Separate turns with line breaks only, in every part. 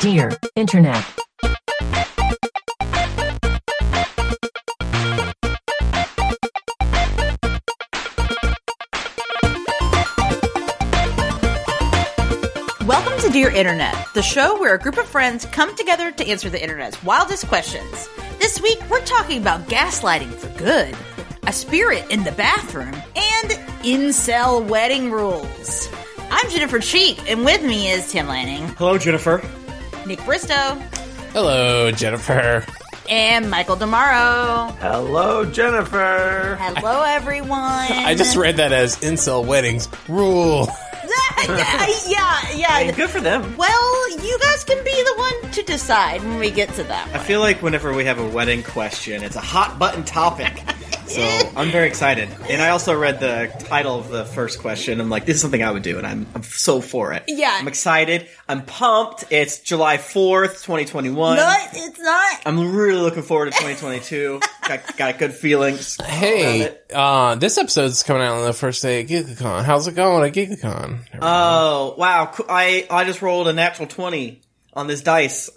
Dear Internet.
Welcome to Dear Internet, the show where a group of friends come together to answer the internet's wildest questions. This week, we're talking about gaslighting for good, a spirit in the bathroom, and incel wedding rules. I'm Jennifer Cheek, and with me is Tim Lanning,
Hello, Jennifer.
Nick Bristow,
Hello, Jennifer.
and Michael Damaro.
Hello, Jennifer.
Hello, everyone.
I just read that as incel weddings rule.
yeah, yeah, yeah.
And good for them.
Well, you guys can be the one to decide when we get to that
I
one.
feel like whenever we have a wedding question, it's a hot button topic. So I'm very excited. And I also read the title of the first question. I'm like, this is something I would do, and I'm, I'm so for it.
Yeah.
I'm excited. I'm pumped. It's July 4th, 2021.
But it's not.
I'm really looking forward to 2022. got, got good feelings. Love
Hey,
it.
uh, this episode's coming out on the first day of GigaCon. How's it going at GigaCon?
Oh, wow. Coo- I, I just rolled a natural 20 on this dice.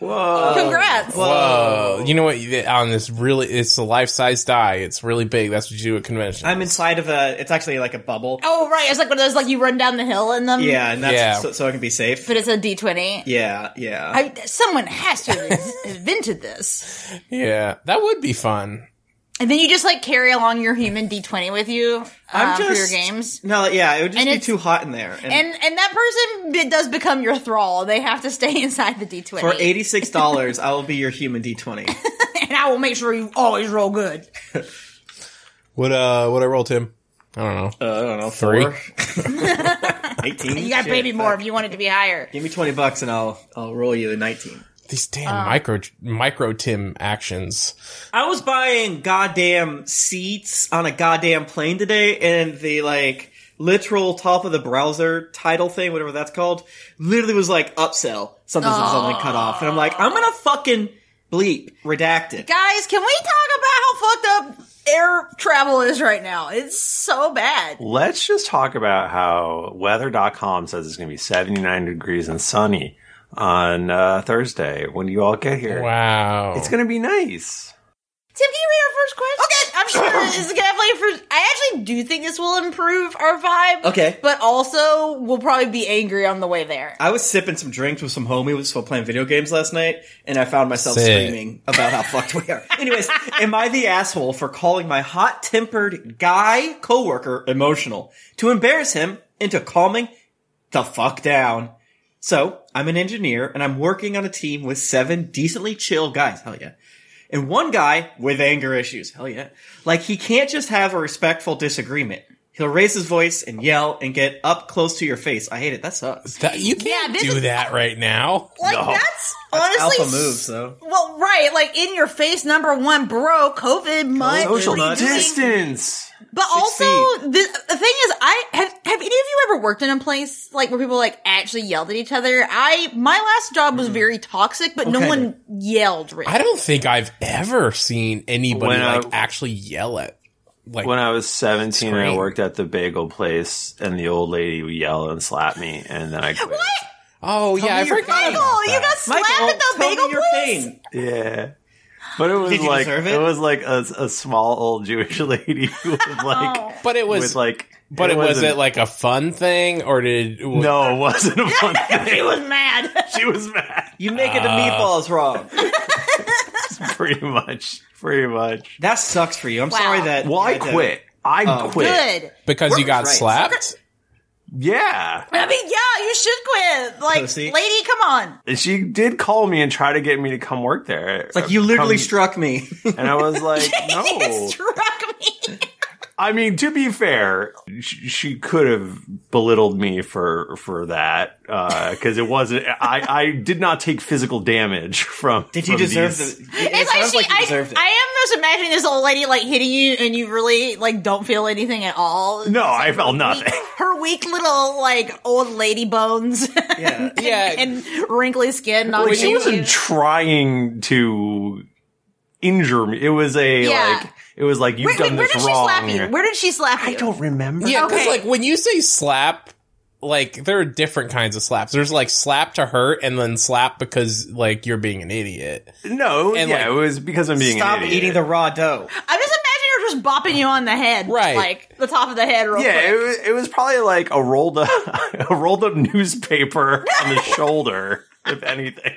Whoa.
Congrats.
Whoa. Uh, You know what? You- On this really, it's a life size die. It's really big. That's what you do at conventions.
I'm inside of a, it's actually like a bubble.
Oh right, it's like one of those like you run down the hill in them.
Yeah, and that's
Yeah.
So, so I can be safe.
but it's a D twenty.
Yeah, yeah.
I, someone has to have invented this,
yeah, that would be fun.
and then you just like carry along your human D twenty with you uh,
I'm
for your
just-
games,
No, yeah, it would just
And
be
it's-
too hot in there. And,
and and that person be- does become your thrall. They have to stay inside the D twenty
for eighty six dollars, I will be your human D twenty.
and I will make sure you always roll good.
What uh, what I roll, Tim? I don't know.
Uh, I don't know,
Three.
Eighteen.
You got
Shit,
baby more
fuck.
if you want it to be higher.
Give me twenty bucks and I'll I'll roll you a nineteen.
These damn micro micro Tim actions.
I was buying goddamn seats on a goddamn plane today, and the like literal top of the browser title thing, whatever that's called, literally was like upsell something something, something cut off, and I'm like, I'm gonna fucking bleep redacted.
Guys, can we talk about how fucked up air travel is right now? It's so bad.
Let's just talk about how weather.com says it's going to be 79 degrees and sunny on uh, Thursday when you all get here.
Wow.
It's going to be nice.
Tim, can you read our first question? Okay, I'm sure this is gonna play for. I actually do think this will improve our vibe.
Okay.
but also we'll probably be angry on the way there.
I was sipping some drinks with some homies while playing video games last night, and I found myself
Sick.
screaming about how fucked we are. Anyways, am I the asshole for calling my hot tempered guy coworker emotional to embarrass him into calming the fuck down? So, I'm an engineer and I'm working on a team with seven decently chill guys. Hell yeah. And one guy with anger issues. Hell yeah. Like he can't just have a respectful disagreement. He'll raise his voice and yell and get up close to your face. I hate it. That sucks.
That- you can't
this
do
is-
that right now.
Like
No.
that's honestly
alpha moves, though.
Well, right, like in your face, number one, bro. COVID, month,
Social
what are you doing?
Distance.
But also, the,
Succeed.
the thing is, I have have any of you ever worked in a place like where people like actually yelled at each other? I my last job was very toxic, but no
Okay.
one yelled. Really.
I don't think I've ever seen anybody
When I-
like actually yell at like
When I was 17, I
Scream.
worked at the bagel place, and the old lady would yell and slap me, and then I quit.
What?
Oh yeah, I
me your
forgot.
pain.
about
Michael, you
that.
got slapped at the
tell me
bagel
your
place.
pain.
Yeah. But it was
Did you
like
deserve it?
it? was like a, a small old Jewish lady who was like
Oh.
But it was
with like
but it was
wasn't-
it like a fun thing or did
No, it wasn't a fun
He
thing.
was mad.
She was mad.
You make
Uh,
it the meatballs wrong.
Pretty much. Pretty much.
That sucks for you. I'm
Wow.
sorry that.
Well, I
that-
quit. I
Oh.
quit.
Good.
because you got
Right.
slapped?
Yeah.
I mean, yeah, you should quit. Like,
Pussy.
lady, come on.
And she did call me and try to get me to come work there.
It's like you literally
Come-
struck me.
And I was like,
You
no.
struck me.
I mean, to be fair, she, she could have belittled me for for that because it wasn't. I, I did not take physical damage from.
Did you
from
deserve
these-
the?
It's like, she,
you
I,
deserved it.
I am just imagining this old lady like hitting you, and you really like don't feel anything at all.
No,
It's like
I
her
felt
weak-
nothing.
her weak little like old lady bones,
Yeah.
Yeah.
and wrinkly skin. Not
Like, she
getting
wasn't
you.
trying to injure me. It was a
Yeah.
like. It was like you've
Wait, wait,
done
where
this
did
wrong.
she slap you? Where did she slap you?
I don't remember.
Yeah, because
Okay.
like when you say slap, like there are different kinds of slaps. There's like slap to hurt, and then slap because like you're being an idiot.
No,
And,
yeah,
like,
it was because I'm being
Stop
an idiot.
eating the raw dough.
I'm just imagining her just bopping you on the head,
Right.
Like the top of the head, real
Yeah,
quick.
it was, it was probably like a rolled up, a rolled up newspaper on the shoulder, if anything.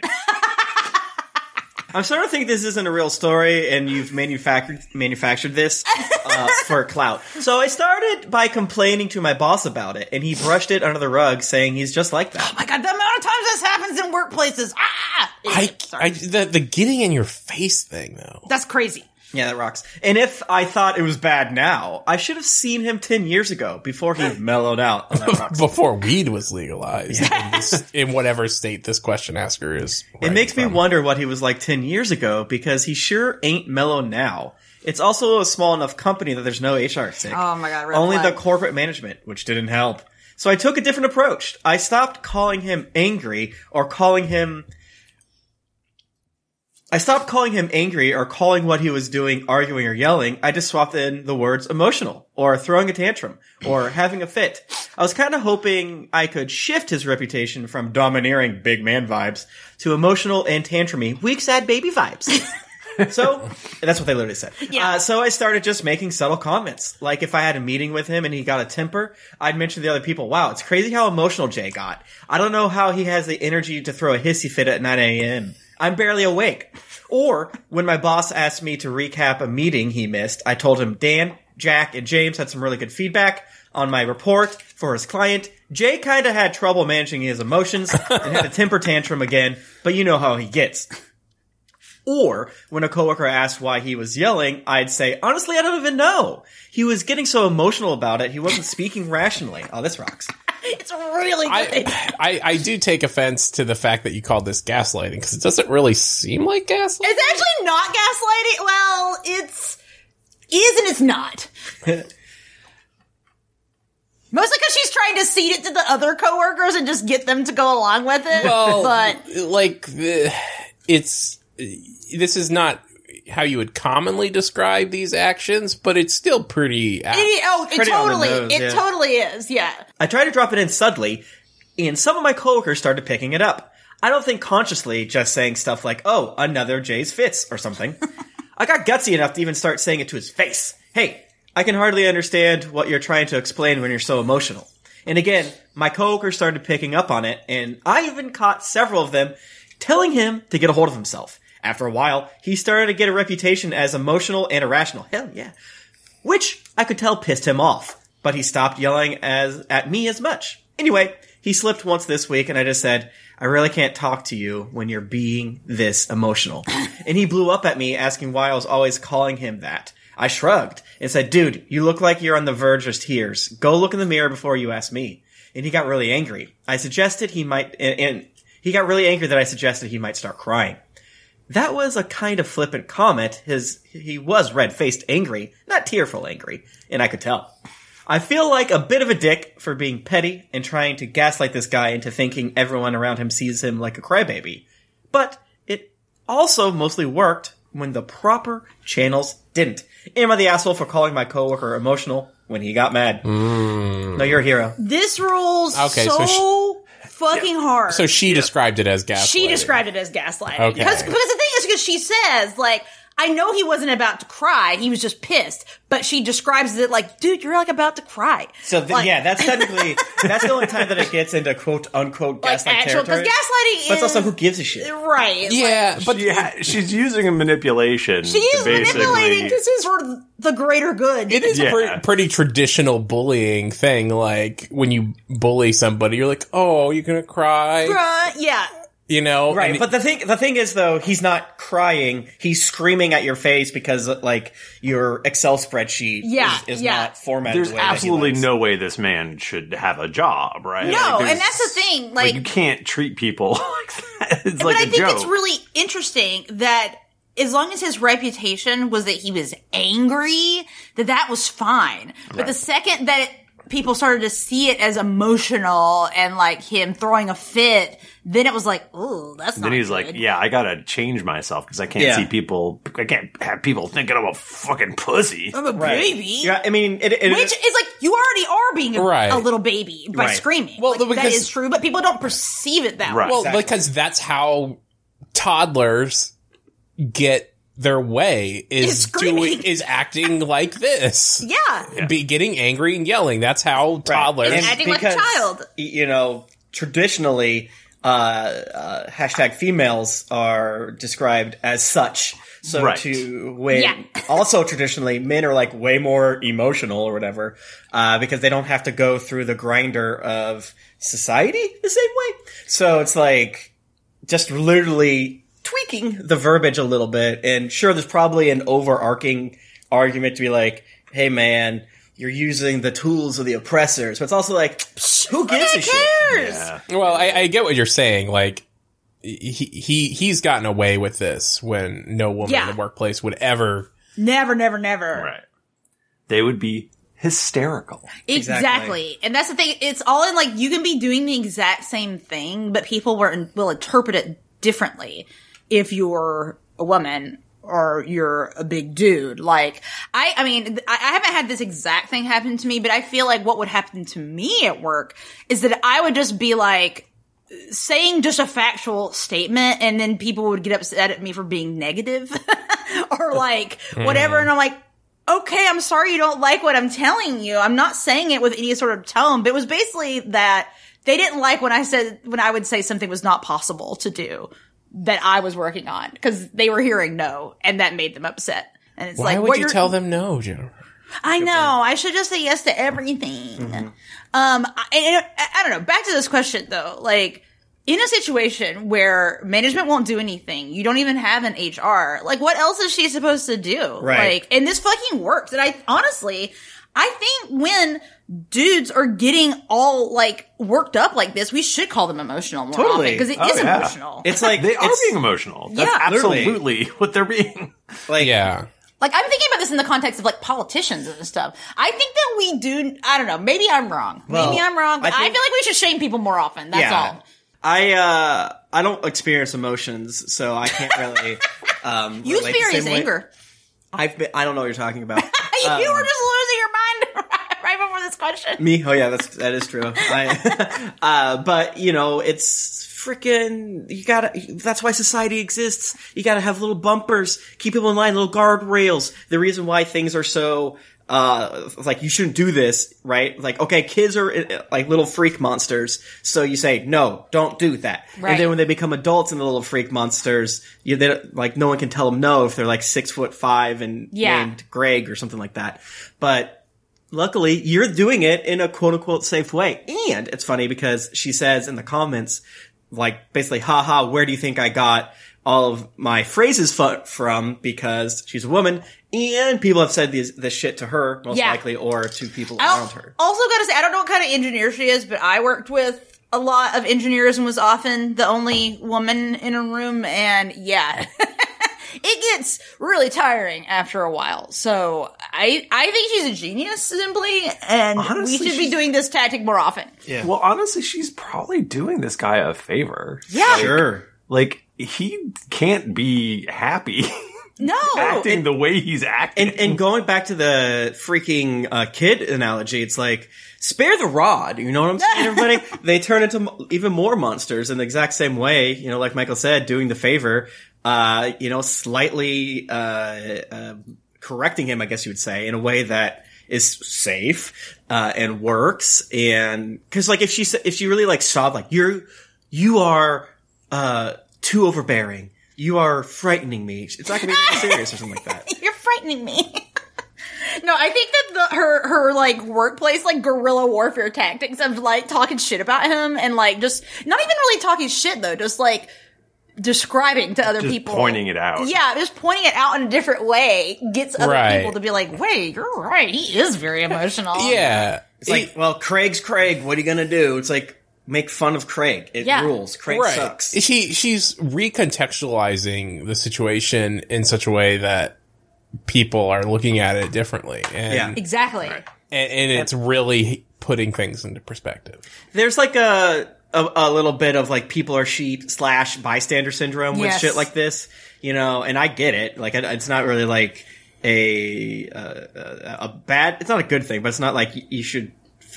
I'm starting to think this isn't a real story, and you've manufactured manufactured this uh, for clout. So I started by complaining to my boss about it, and he brushed it under the rug, saying he's just like that.
Oh my god, the amount of times this happens in workplaces. Ah,
I,
Sorry.
I the, the getting in your face thing though.
that's crazy.
Yeah, that rocks. And if I thought it was bad now, I should have seen him ten years ago before he mellowed out. On that rocks.
Before weed was legalized in, this, in whatever state this question asker is,
It makes me
writing from.
wonder what he was like 10 years ago because he sure ain't mellow now. It's also a small enough company that there's no HR sick.
Oh my God, red
Only
flag.
the corporate management, which didn't help. So I took a different approach. I stopped calling him angry or calling him. I stopped calling him angry or calling what he was doing arguing or yelling. I just swapped in the words emotional or throwing a tantrum or having a fit. I was kind of hoping I could shift his reputation from domineering big man vibes to emotional and tantrumy, weak sad baby vibes. So that's what they literally said.
Yeah.
Uh, so I started just making subtle comments. Like if I had a meeting with him and he got a temper, I'd mention to the other people, wow, it's crazy how emotional Jay got. I don't know how he has the energy to throw a hissy fit at 9 a.m. I'm barely awake. Or when my boss asked me to recap a meeting he missed, I told him Dan, Jack, and James had some really good feedback on my report for his client. Jay kind of had trouble managing his emotions and had a temper tantrum again, but you know how he gets. Or when a coworker asked why he was yelling, I'd say, honestly, I don't even know. He was getting so emotional about it, he wasn't speaking rationally. Oh, this rocks.
It's really good.
I, I I do take offense to the fact that you called this gaslighting because it doesn't really seem like gaslighting.
it's actually not gaslighting. Well, it's is and it's not. Mostly because she's trying to seed it to the other coworkers and just get them to go along with it.
Well,
but
like the- it's this is not how you would commonly describe these actions, but it's still pretty. apt.
it, oh, it
pretty on the
totally,
nose,
it
yeah.
totally is. Yeah,
I tried to drop it in subtly, and some of my coworkers started picking it up. I don't think consciously just saying stuff like, oh, another Jay's fits or something. I got gutsy enough to even start saying it to his face. Hey, I can hardly understand what you're trying to explain when you're so emotional. And again, my coworker started picking up on it, and I even caught several of them telling him to get a hold of himself. After a while, he started to get a reputation as emotional and irrational. Hell yeah which I could tell pissed him off, but he stopped yelling as at me as much. Anyway, he slipped once this week and I just said, I really can't talk to you when you're being this emotional. and he blew up at me asking why I was always calling him that. I shrugged and said, dude, you look like you're on the verge of tears. Go look in the mirror before you ask me. And he got really angry. I suggested he might, and, and he got really angry that I suggested he might start crying. That was a kind of flippant comment. His he was red faced, angry, not tearful, angry, and I could tell. I feel like a bit of a dick for being petty and trying to gaslight this guy into thinking everyone around him sees him like a crybaby. But it also mostly worked when the proper channels didn't. Am I the asshole for calling my coworker emotional when he got mad? No, you're a hero.
this rules
Okay, so
so, fucking hard.
so she described it as gaslighting.
She described it as gaslighting.
Okay.
Because, because the thing is, because she says, like, I know he wasn't about to cry. He was just pissed. But she describes it like, dude, you're like about to cry.
So th-
Like-
yeah, that's technically that's the only time that it gets into quote unquote
Like
gaslight
actual- 'cause
territory.
gaslighting
but it's also
is-
who gives a shit.
Right. It's like,
Yeah, but
She ha- she's using a manipulation.
she is
to basically,
manipulating this is for the greater good.
It is
Yeah.
a pretty, pretty traditional bullying thing. Like when you bully somebody, you're like, "Oh, you're gonna cry,"
Bruh, yeah.
you know.
Right,
And
but the thing the thing is though, he's not crying. He's screaming at your face because like your Excel spreadsheet
Yeah,
is, is
yeah.
not formatted.
There's
the way that he
absolutely
likes.
no way this man should have a job, right?
No,
there's-
and that's the thing.
Like,
Like,
you can't treat people like that. It's
but
like a
I think
joke.
it's really interesting that as long as his reputation was that he was angry, that that was fine. But the second that it people started to see it as emotional and like him throwing a fit, then it was like, oh, that's not
Then he's like,
good."
"Yeah, I gotta change myself because I can't
Yeah.
see people. I can't have people thinking I'm a fucking pussy."
I'm a
Right.
baby.
Yeah, I mean, it, it,
Which is like you already are being a,
Right.
a little baby by
Right.
screaming.
Well,
Like,
because-
that is true, but people don't perceive it that
Right.
way.
Well,
Exactly.
because that's how toddlers get their way
Is
is
screaming.
doing is acting like this.
Yeah,
Be getting angry and yelling. That's how toddlers.
And acting like a child.
y- You know, traditionally, uh, uh, hashtag females are described as such. So
Right.
to when
Yeah.
also traditionally men are like way more emotional or whatever uh, because they don't have to go through the grinder of society the same way. So it's like just literally tweaking the verbiage a little bit. And sure, there's probably an overarching argument to be like, hey man, you're using the tools of the oppressors. But it's also like, psh, who gives a
who
shit?
cares?
Yeah.
Well, I, I get what you're saying. Like he he he's gotten away with this when no woman
Yeah.
in the workplace would ever.
Never, never, never.
Right. They would be hysterical.
Exactly.
Exactly.
And that's the thing. It's all in like, you can be doing the exact same thing, but people were, will interpret it differently if you're a woman or you're a big dude. Like, I, I mean, th- I, I haven't had this exact thing happen to me, but I feel like what would happen to me at work is that I would just be like, saying just a factual statement and then people would get upset at me for being negative or like whatever and I'm like okay I'm sorry you don't like what I'm telling you I'm not saying it with any sort of tone but it was basically that they didn't like when I said when I would say something was not possible to do that I was working on because they were hearing no and that made them upset and it's
Why
like
would
what
you
you're-
tell them no, Jennifer?
I know. I should just say yes to everything.
Mm-hmm.
Um, I, I, I don't know. Back to this question though. Like in a situation where management won't do anything, you don't even have an HR. Like what else is she supposed to do?
Right.
Like, and this fucking works. And I honestly, I think when dudes are getting all like worked up like this, we should call them emotional more
Totally.
because it is
Oh, yeah.
emotional.
It's like
They are
it's-
being emotional. That's
Yeah.
Literally.
absolutely what they're being.
like
Yeah,
Like I'm thinking about this in the context of like politicians and stuff. I think that we do. I don't know. Maybe I'm wrong.
Well,
maybe I'm wrong. But
I
I,
think-
feel like we should shame people more often. That's all.
I uh I don't experience emotions, so I can't really um
You
relate the same
experience
way. Um,
anger.
I've been I don't know what you're talking about.
You were just losing your mind right before this question.
Me? Oh yeah, that's that is true. I, uh, but you know, it's freaking. You gotta. That's why society exists. You gotta have little bumpers, keep people in line, little guardrails. The reason why things are so uh like you shouldn't do this, right? Like okay, kids are uh, like little freak monsters, so you say no, don't do that.
Right.
And then when they become adults and the little freak monsters, you they don't, like no one can tell them no if they're like six foot five and
Yeah.
named Greg or something like that. But Luckily, you're doing it in a quote unquote safe way. And it's funny because she says in the comments, like basically, haha, where do you think I got all of my phrases fu- from? Because she's a woman and people have said these, this shit to her, most
Yeah.
likely, or to people
I
around
al-
her.
Also, gotta say, I don't know what kind of engineer she is, but I worked with. A lot of engineers and was often the only woman in a room, and yeah, it gets really tiring after a while. So I I think she's a genius simply, and we
Honestly,
should be
she's-
doing this tactic more often.
Well, honestly, she's probably doing this guy a favor.
Yeah,
Sure.
Like he can't be happy
no,
acting the way he's acting.
And, and going back to the freaking uh, kid analogy, it's like spare the rod. You know what I'm saying, everybody? they turn into mo- even more monsters in the exact same way. You know, like Michael said, doing the favor, uh, you know, slightly uh, uh, correcting him, I guess you would say, in a way that is safe uh, and works. And because, like, if she sa- if she really like saw like you're you are uh, too overbearing. You are frightening me. It's not going to be serious or something like that.
you're frightening me. no, I think that the, her her like workplace like guerrilla warfare tactics of like talking shit about him and like just not even really talking shit though, just like describing to other
Just
people,
pointing it out.
Yeah, just pointing it out in a different way gets other
Right.
people to be like, "Wait, you're right. He is very emotional."
yeah.
It's like, well, Craig's Craig. What are you gonna do? It's like make fun of Craig. It
Yeah.
rules. Craig
right.
sucks.
She she's recontextualizing the situation in such a way that people are looking at it differently, and
Yeah.
exactly.
and, and it's really putting things into perspective.
There's like a, a a little bit of like people are sheep slash bystander syndrome with
Yes.
shit like this, you know. And I get it. Like it- it's not really like a uh, a a bad. It's not a good thing, but it's not like y- you should.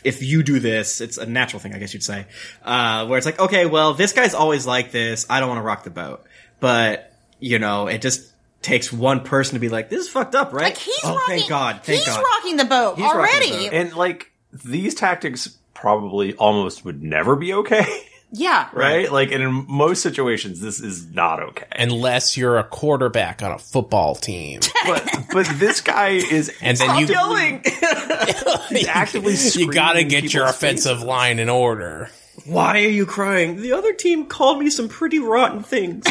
If you do this, it's a natural thing, I guess you'd say. Uh, where it's like, okay, well, this guy's always like this. I don't want to rock the boat, but you know, it just takes one person to be like, this is fucked up, right?
Like he's
oh,
rocking.
thank God, thank
he's
God.
rocking the boat
He's rocking
already.
the boat.
And like these tactics probably almost would never be okay,
yeah.
right? Like, and in most situations, this is not okay.
Unless you're a quarterback on a football team,
But but this guy is
and then you
Yelling.
actively
you gotta
screaming
get your
people's
offensive
faces.
line in order.
Why are you crying? The other team called me some pretty rotten things.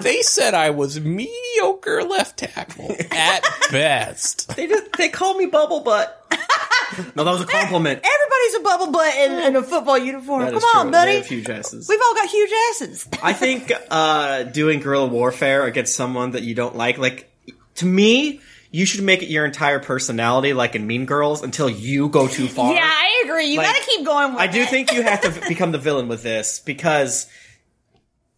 They said I was mediocre left tackle at best.
they just they called me bubble butt. no, that was a compliment.
Everybody's a bubble butt in, in a football uniform.
That
Come
is
on,
true. They
buddy.
have huge asses.
We've all got huge asses.
I think uh, doing guerrilla warfare against someone that you don't like, like to me, you should make it your entire personality, like in Mean Girls, until you go too far.
yeah, I agree. You
Like,
gotta keep going with
I do
it.
think you have to become the villain with this because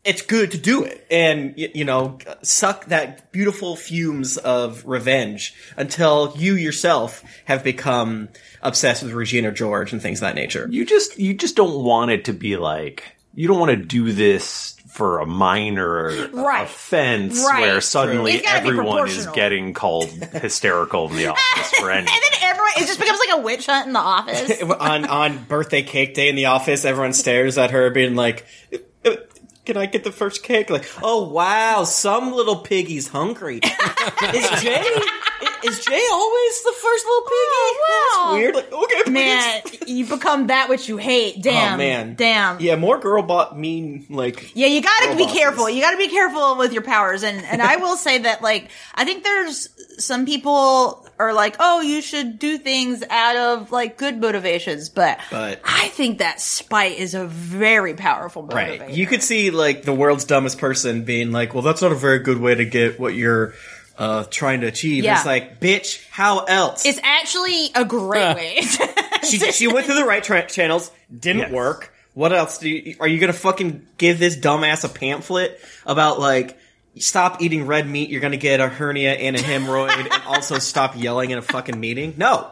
it's good to do it and y- you know suck that beautiful fumes of revenge until you yourself have become obsessed with Regina George and things of that nature.
You just you just don't want it to be like you don't want to do this for a minor
Right.
offense
Right.
where
It's
suddenly
gotta be
everyone is
proportional.
getting called hysterical in the office for
and
anything.
then everyone, it just becomes like a witch hunt in the office.
on on birthday cake day in the office, everyone stares at her, being like, "Uh, "Can I get the first cake?" Like, "Oh wow, some little piggy's hungry." is Jay is Jay always the first little piggy?
Oh, wow.
That's weird. Like, okay, please.
Man, you become that which you hate. Damn.
Oh man,
Damn.
Yeah, more girl bot mean like.
Yeah, you gotta
Girl
be
bosses.
careful. You gotta be careful with your powers. And, and I will say that, like, I think there's some people are like, oh, you should do things out of, like, good motivations. But,
But-
I think that spite is a very powerful motivator.
Right. You could see like the world's dumbest person being like, "Well, that's not a very good way to get what you're uh, trying to achieve."
Yeah.
It's like, bitch, how else?
it's actually a great way.
she she went through the right tra- channels, didn't
Yes.
work. What else do you, are you gonna fucking give this dumbass a pamphlet about like stop eating red meat? You're gonna get a hernia and a hemorrhoid, and also stop yelling in a fucking meeting. No,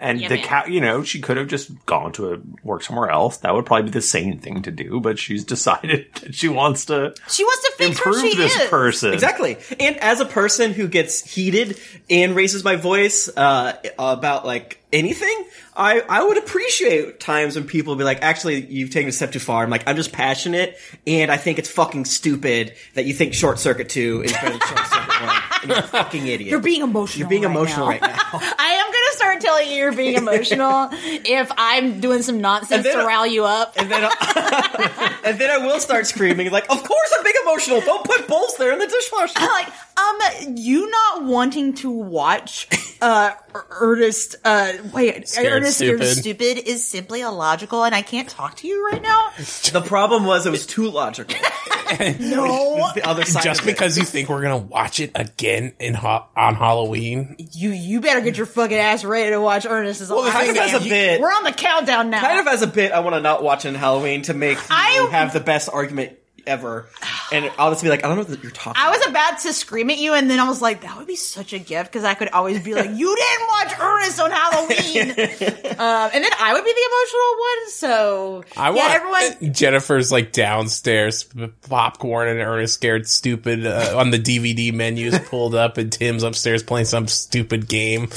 And
Yeah,
the
man.
cow, you know, she could have just gone to a, work somewhere else. That would probably be the sane thing to do. But she's decided that she wants to
she wants to fix who
improve
she
this
is.
person.
Exactly. And as a person who gets heated and raises my voice uh, about like anything, I, I would appreciate times when people be like, actually, you've taken it a step too far. I'm like, I'm just passionate, and I think it's fucking stupid that you think Short Circuit 2 is better than Short Circuit 1. And you're a fucking idiot.
You're being emotional.
You're being
right
emotional
now.
right now.
I am gonna start telling you you're being emotional if I'm doing some nonsense
then-
to rile you up.
And then, I- and then I will start screaming, like, of course I'm being emotional. Don't put bowls there in the dishwasher.
like, um, you not wanting to watch, uh, Ernest, uh, wait,
Scared
Ernest Scared
Stupid.
Stupid is simply illogical and I can't talk to you right now.
The problem was it was too logical.
No.
The other side
Just
of it.
because you think we're gonna watch it again in ha- on Halloween,
you, you better get your fucking ass ready to watch Ernest is all
the
I'm
thing
saying.
is
a bit-
We're on the countdown now.
kind of as a bit I want to not watch in Halloween to make
I-
you have the best argument ever. And I'll just be like, I don't know what you're talking
I was
about.
about to scream at you, and then I was like, that would be such a gift because I could always be like, you didn't watch Ernest on Halloween. um, and then I would be the emotional one. So,
I want
yeah, everyone.
Jennifer's like downstairs, p- popcorn and Ernest scared stupid uh, on the DVD menus pulled up, and Tim's upstairs playing some stupid game,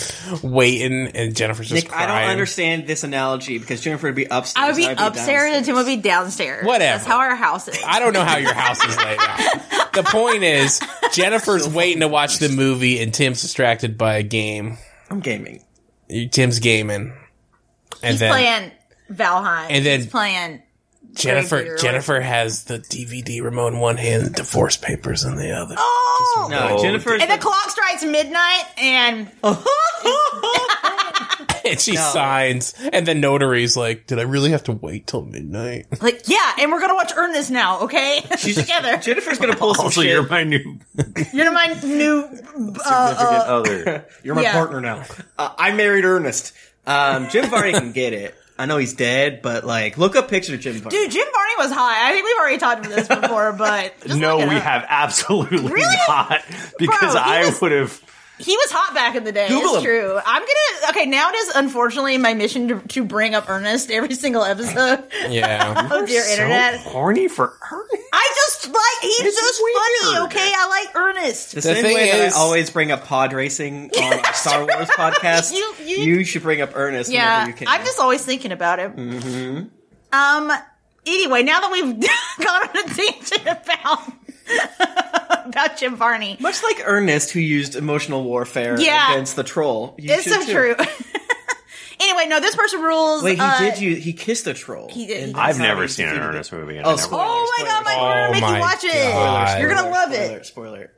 waiting, and Jennifer's just
Nick, I
crying.
don't understand this analogy because Jennifer would be upstairs.
I would be
I'd
upstairs and Tim would be downstairs.
Whatever.
That's how our house is.
I don't know how your house is laid out. The point is, Jennifer's waiting to watch the movie, and Tim's distracted by a game.
I'm gaming.
Tim's gaming, and
He's
then
playing Valheim.
And then-
He's playing.
Jennifer
Graveyard.
Jennifer has the DVD remote in one hand, and divorce papers in the other.
Oh!
No,
Oh,
Jennifer's.
And the clock strikes midnight, and
and she signs, and the notary's like, "Did I really have to wait till midnight?"
like, yeah, and we're gonna watch Ernest now, okay?
she's
together.
Jennifer's gonna pull some
Also,
shit.
you're my new
You're my new uh,
significant other.
You're my
Yeah.
partner now. Uh, I married Ernest. Um, Jim Varney can get it. I know he's dead, but like, look up picture of Jim Varney.
Dude, Jim Varney was high. I think we've already talked about this before, but just
no,
look it
we
up.
have absolutely
Really?
not. Because
he
I
was-
would have.
He was hot back in the day.
Google
it's
him.
true. I'm gonna okay. Now it is unfortunately my mission to, to bring up Ernest every single episode.
Yeah.
Oh dear, internet!
So horny for Ernest.
I just like he's
This is
just funny.
weird.
Okay, I like Ernest.
the,
The
same
thing
way that
is-
I always bring up pod racing on our Star Wars podcast,
You-
you,
you-
should bring up Ernest
Yeah,
whenever you can.
I'm just always thinking about him. Mm-hmm. Um. Anyway, now that we've gone on a tangent about about Jim Varney,
Much like Ernest, who used emotional warfare
Yeah.
against the troll. you
it's
should
so
too.
true. anyway, no, this person rules.
Wait, he
uh,
did you? He kissed a troll.
He did-
in
he
the
did.
I've
Star
never
Wars
seen an
DVD.
Ernest movie. And
Oh,
I never
spoiler.
Oh my god, Mike, we're gonna
Oh
make you
my
watch it.
God.
You're gonna love
spoiler,
it.
Spoiler.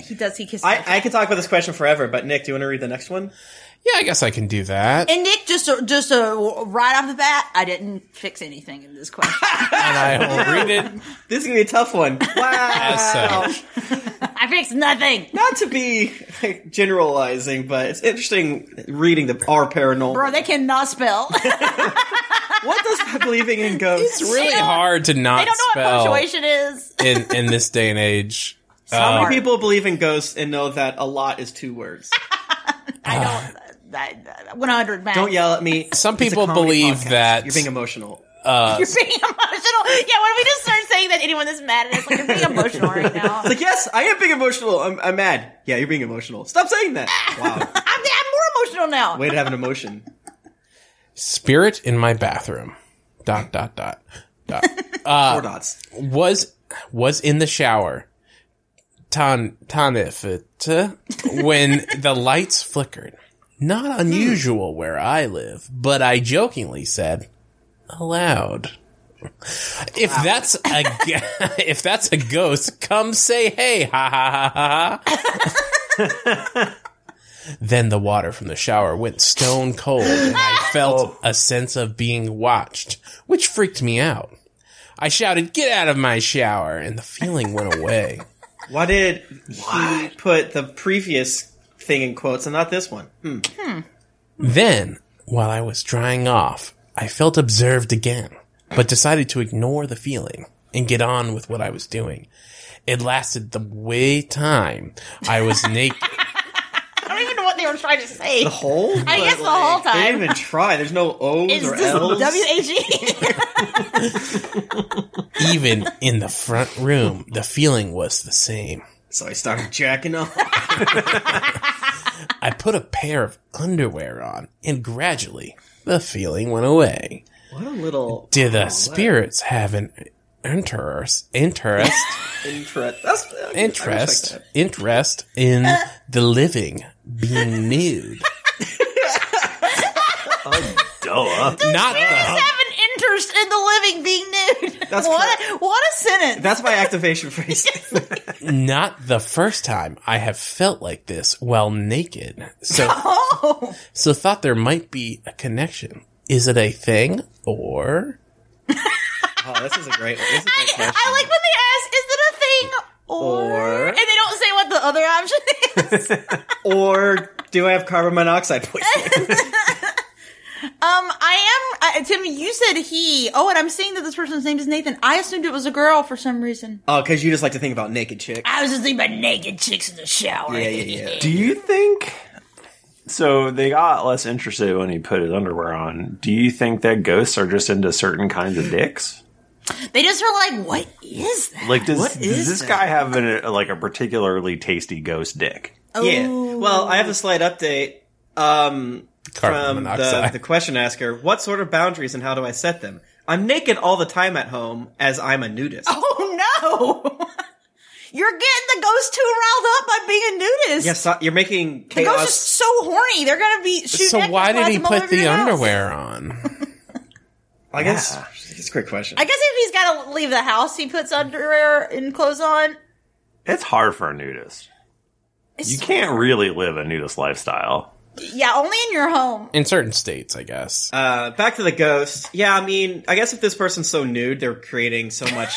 He does. He kisses.
I, I could talk about this question forever, but Nick, do you want to read the next one?
Yeah, I guess I can do that.
And Nick, just just uh, right off the bat, I didn't fix anything in this question.
And I will read it
This is gonna be a tough one.
as
Wow.
such.
I fixed nothing.
Not to be like, generalizing, but it's interesting reading the our paranormal.
Bro, they cannot spell. they don't
what does believing in ghosts?
It's really hard to not
know what
spell Uh,
punctuation is.
in, in this day and age.
How
Smart.
many people believe in ghosts and know that a lot is two words?
I don't. I, 100 max.
Don't yell at me.
Some
It's a
people
comedy
believe
podcast.
that-
you're being emotional.
You're being emotional. Yeah, why don't we just start saying that anyone that's mad at us, like, you're being emotional right now.
Like, yes, I am being emotional. I'm, I'm mad. Yeah, you're being emotional. Stop saying that. Wow,
I'm, I'm more emotional now.
way to have an emotion.
Spirit in my bathroom. Dot dot dot. Dot.
Four dots.
was was in the shower. Tan tanifita when the lights flickered. Not unusual where I live, but I jokingly said aloud. If that's a ga- if that's a ghost, come say hey, ha ha ha ha. ha." then the water from the shower went stone cold, and I felt a sense of being watched, which freaked me out. I shouted, "Get out of my shower!" and the feeling went away.
Why did he put the previous thing in quotes and not this one? Hmm.
Then, while I was drying off, I felt observed again, but decided to ignore the feeling and get on with what I was doing. It lasted the way time I was naked.
I don't even know what they were trying to say.
The whole?
I guess the whole
They
time.
didn't even try. There's no O's
Is
or
this E?
L's.
W-H-E?
Even in the front room, the feeling was the same.
so I started jacking off.
I put a pair of underwear on, and gradually the feeling went away.
what a little
Did the
Oh,
spirits have an interest? Interest?
interest. That's, I
interest
respect Uh.
interest in the living being nude
Duh.
not the
have an interest in the living being nude.
That's
what, a, what a sentence.
that. That's my activation phrase.
not the first time i have felt like this while naked so
oh.
so thought there might be a connection is it a thing or
oh, this is a great one. This is a great
I,
question.
I like when they ask, is it a thing or,
Or-
and they don't say what the other option is.
or do I have carbon monoxide poisoning?
um, I am uh, Tim. You said he. Oh, and I'm seeing that this person's name is Nathan. I assumed it was a girl for some reason.
oh, because you just like to think about naked chicks.
I was just thinking about naked chicks in the shower.
Yeah, yeah, yeah.
Do you think. So they got less interested when he put his underwear on. Do you think that ghosts are just into certain kinds of dicks?
They just were like, "What is that?"
Like, does,
What
does
is
this
that?
guy have an, a, like a particularly tasty ghost dick?
Yeah. Well, I have a slight update um,
carbon
from the,
monoxide
the question asker. What sort of boundaries and how do I set them? I'm naked all the time at home as I'm a nudist.
Oh no! You're getting the ghosts too riled up by being a nudist.
Yes, so- you're making
The ghost is
chaos.
so horny. They're gonna be. Shoot
so
necklace
why did
lines
he
them all
put
over
the
your house.
underwear on
I guess it's a great question.
I guess if he's got to leave the house, he puts underwear and clothes on.
It's hard for a nudist.
It's-
You can't really live a nudist lifestyle.
Yeah, only in your home.
in certain states i guess
Uh, back to the ghost. Yeah, I mean, I guess if this person's so nude, they're creating so much